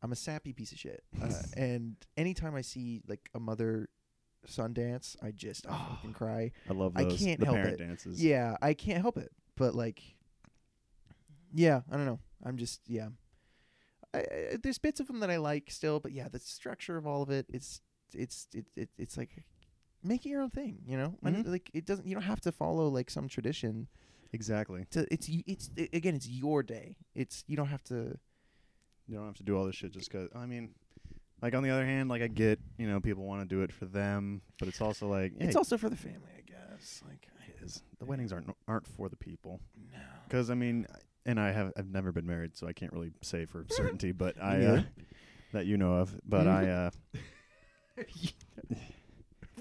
C: i'm a sappy piece of shit uh, and anytime i see like a mother son dance i just i
A: Oh.
C: fucking cry
A: I love
C: I
A: those.
C: can't
A: the
C: help
A: parent
C: it.
A: dances.
C: Yeah, I can't help it. But like, yeah, I don't know. I'm just yeah. I, I, there's bits of them that I like still, but yeah, the structure of all of it, it's it's it, it it's like making your own thing. You know, And,
A: Mhm.
C: like it doesn't you don't have to follow like some tradition.
A: Exactly.
C: To it's y- it's i again it's your day. It's you don't have to.
A: You don't have to do all this shit just because. I mean, like on the other hand, like I get, you know, people want to do it for them, but it's also like
C: It's
A: hey,
C: also for the family, I guess. Like
A: it is. the weddings aren't aren't for the people
C: no.
A: because I mean, and I have I've never been married, so I can't really say for certainty, but I uh,
C: neither. Mm-hmm.
A: that you know of, but I uh,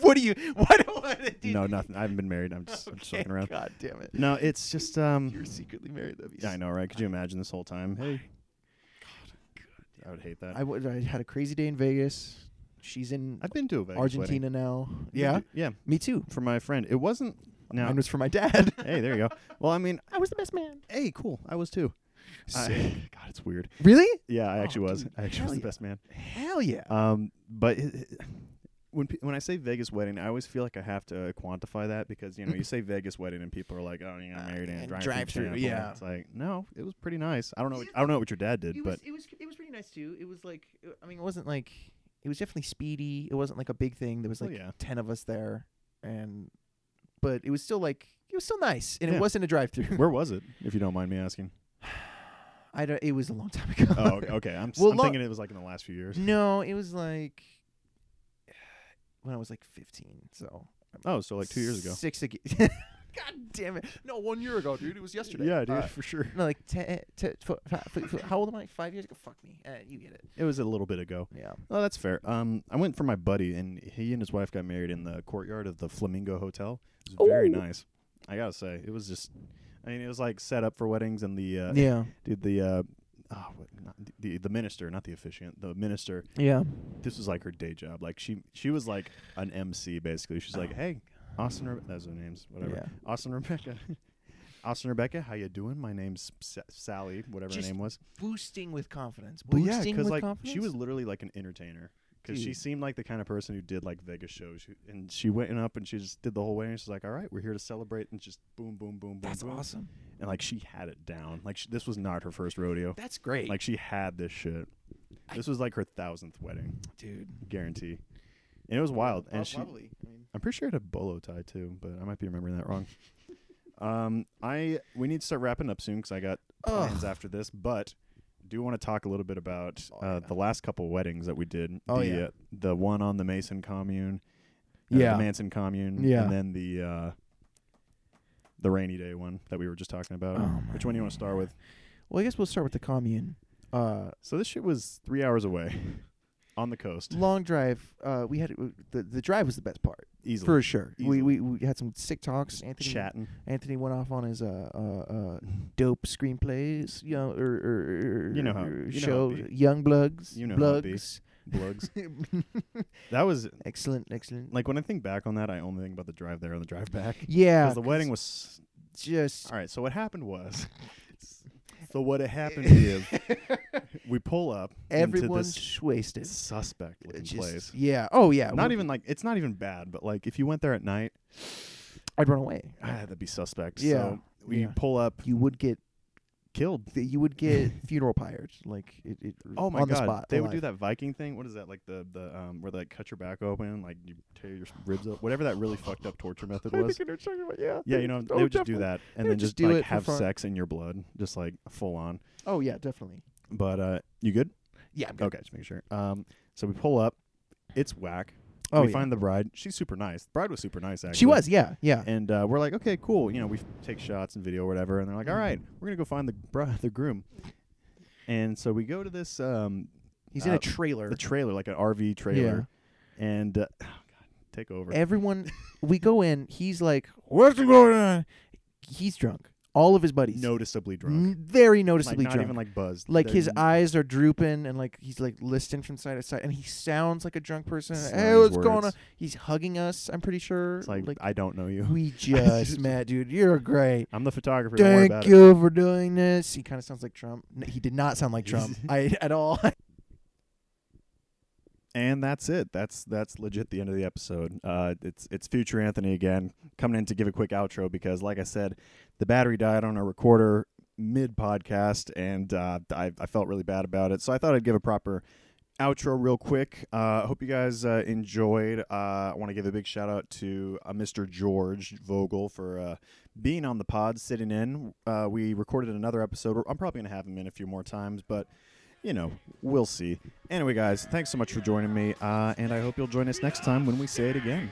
C: What do you? What? what do you-
A: no nothing. I haven't been married. I'm just, I'm just
C: Okay,
A: fucking around.
C: God damn it!
A: No, it's just um.
C: You're secretly married. That'd be
A: Yeah, I know, right? Could you imagine this whole time? Hey, I would hate that.
C: I, w- I had a crazy day in Vegas. She's in
A: I've been to a Vegas wedding.
C: Argentina now.
A: Yeah, yeah,
C: me too.
A: for my friend. It wasn't.
C: No.
A: No.
C: Mine was for my dad.
A: hey, there you go. Well, I mean,
C: I was the best man.
A: hey, cool. I was too. I-
C: Sick.
A: God, it's weird.
C: Really?
A: Yeah, I
C: Oh,
A: actually was.
C: dude,
A: I actually
C: hell
A: was the
C: yeah.
A: best man.
C: Hell yeah.
A: Um, but it, it- when pe- when I say Vegas wedding, I always feel like I have to quantify that because you know you say Vegas wedding and people are like, oh, you got
C: Uh,
A: married in a
C: and
A: drive-through.
C: drive-through,
A: temple."
C: yeah.
A: It's like no, it was pretty nice. I don't know. What,
C: Yeah.
A: I don't know what your dad did,
C: it
A: but
C: was it was it was pretty nice too. It was like I mean it wasn't like it was definitely speedy. It wasn't like a big thing. There was
A: Well,
C: like
A: Oh, yeah.
C: ten of us there, and but it was still like it was still nice, and
A: Yeah.
C: it wasn't a drive-through.
A: where was it? If you don't mind me asking.
C: I don't, it was a long time ago.
A: oh, okay, okay. I'm, s-
C: Well,
A: I'm
C: lo-
A: thinking it was like in the last few years.
C: No, it was like when I was like fifteen. So
A: Oh, so like two years ago.
C: Six again. God damn it! No, one year ago, dude. It was yesterday.
A: Yeah, dude,
C: Uh,
A: for sure.
C: no, like eh, te- te- fo- fa- fo- fo- how old am I? Five years ago. Fuck me. Uh, you get it.
A: It was a little bit ago.
C: Yeah.
A: Oh, that's fair. Um, I went for my buddy, and he and his wife got married in the courtyard of the Flamingo Hotel. It was very
C: Ooh.
A: nice. I gotta say, it was just. I mean, it was like set up for weddings, and the uh,
C: yeah.
A: dude, the uh, oh, what, not, the the minister, not the officiant, the minister.
C: Yeah.
A: This was like her day job. Like she she was like an MC basically. She's like, hey, Austin, Re- that's her names, whatever.
C: Oh. Yeah.
A: Austin Rebecca. Austin Rebecca, how you doing? My name's Sa- Sally, whatever
C: Just
A: her name was.
C: Boosting with confidence.
A: But
C: Boosting
A: yeah, because
C: with
A: like
C: confidence.
A: she was literally like an entertainer. Because she
C: Dude.
A: seemed like the kind of person who did like Vegas shows, She- and she went up and she just did the whole way. And she's like, "All right, we're here to celebrate," and just boom, boom, boom, boom.
C: That's
A: boom.
C: awesome.
A: And like she had it down. Like sh this was not her first rodeo.
C: That's great,
A: Like she had this shit. This was like her thousandth wedding,
C: dude.
A: guarantee. And it was wild. And she,
C: Probably. I mean,
A: I'm pretty sure it had a bolo tie too, but I might be remembering that wrong. um, I we need to start wrapping up soon because I got
C: Ugh.
A: plans after this, but do want to talk a little bit about
C: Oh,
A: uh,
C: yeah.
A: the last couple weddings that we did.
C: Oh,
A: the,
C: yeah.
A: uh, the one on the Mason commune, uh,
C: Yeah.
A: the Manson commune,
C: Yeah.
A: and then the uh, the rainy day one that we were just talking about.
C: Oh, my
A: Which one do you want to start with?
C: well, I guess we'll start with the commune. Uh,
A: So this shit was three hours away, on the coast,
C: long drive. Uh, we had the the drive was the best part
A: easily
C: for sure. We,
A: Easily.
C: we we had some sick talks. Anthony
A: chatting.
C: Anthony went off on his uh, uh, uh, dope screenplays, you know, or, or, or
A: You know how- you
C: or
A: know how it
C: show
A: be.
C: young blugs,
A: You know how it be.
C: blugs.
A: Blugs. That was
C: excellent, excellent.
A: like when I think back on that, I only think about the drive there and the drive back.
C: yeah,
A: Because the wedding was.
C: just
A: All right, so what happened was. So what had happened is we pull up into
C: everyone's
A: this
C: sh- wasted.
A: suspect looking
C: Just-
A: place.
C: Yeah. Oh yeah.
A: Not
C: we-
A: even like it's not even bad, but like if you went there at night,
C: I'd run away.
A: ah, that'd be suspect.
C: Yeah,
A: So we
C: yeah.
A: pull up.
C: You would get
A: killed.
C: that you would get funeral pyres like it, it
A: Oh my
C: on
A: god,
C: the spot
A: they would do
C: alive.
A: that Viking thing. What is that like the the um where they like, cut your back open, like you tear your s- ribs up, whatever that really fucked up torture method
C: I
A: was.
C: think I know what you're talking about, yeah
A: Yeah,
C: they-
A: you know
C: oh,
A: they would just do
C: definitely.
A: that
C: They
A: and then
C: would
A: just
C: just do
A: like
C: it for
A: have
C: fun.
A: sex in your blood, just like full on.
C: oh yeah definitely
A: But uh, you good?
C: yeah I'm good.
A: Okay, just making sure. Um, so we pull up. It's whack.
C: oh
A: we
C: yeah.
A: find the bride. She's super nice. The bride was super nice, actually.
C: she was yeah yeah
A: And uh, we're like, okay, cool. You know, we f- take shots and video or whatever. And they're like, all
C: Mhm.
A: right, we're going to go find the bride, the groom. And so we go to this, um,
C: he's in
A: uh,
C: a trailer
A: the trailer, like an RV trailer. And, uh, oh, God, take over.
C: everyone we go in he's like what's going on he's drunk all of his buddies
A: Noticeably drunk.
C: N- very
A: Like,
C: noticeably
A: not
C: drunk
A: even like buzzed.
C: like
A: They're
C: his
A: n-
C: eyes are drooping and like he's like listing from side to side and he sounds like a drunk person
A: Slurring
C: hey
A: his
C: what's going
A: words.
C: on he's hugging us i'm pretty sure
A: It's like, I don't know you.
C: we just met dude you're great
A: I'm the photographer. Don't worry
C: thank
A: about
C: you for doing this he kind of sounds like trump N- he did not sound like trump I, at all
A: and that's it. That's that's legit the end of the episode. Uh, it's it's future Anthony again coming in to give a quick outro because, like I said, the battery died on our recorder mid podcast, and uh, I I felt really bad about it. So I thought I'd give a proper outro real quick. Uh, hope you guys uh, enjoyed. Uh, I want to give a big shout out to uh, Mr. George Vogel for uh, being on the pod, sitting in. Uh, we recorded another episode. I'm probably gonna have him in a few more times, but you know, we'll see. Anyway, guys, thanks so much for joining me, uh, and I hope you'll join us next time when we say it again.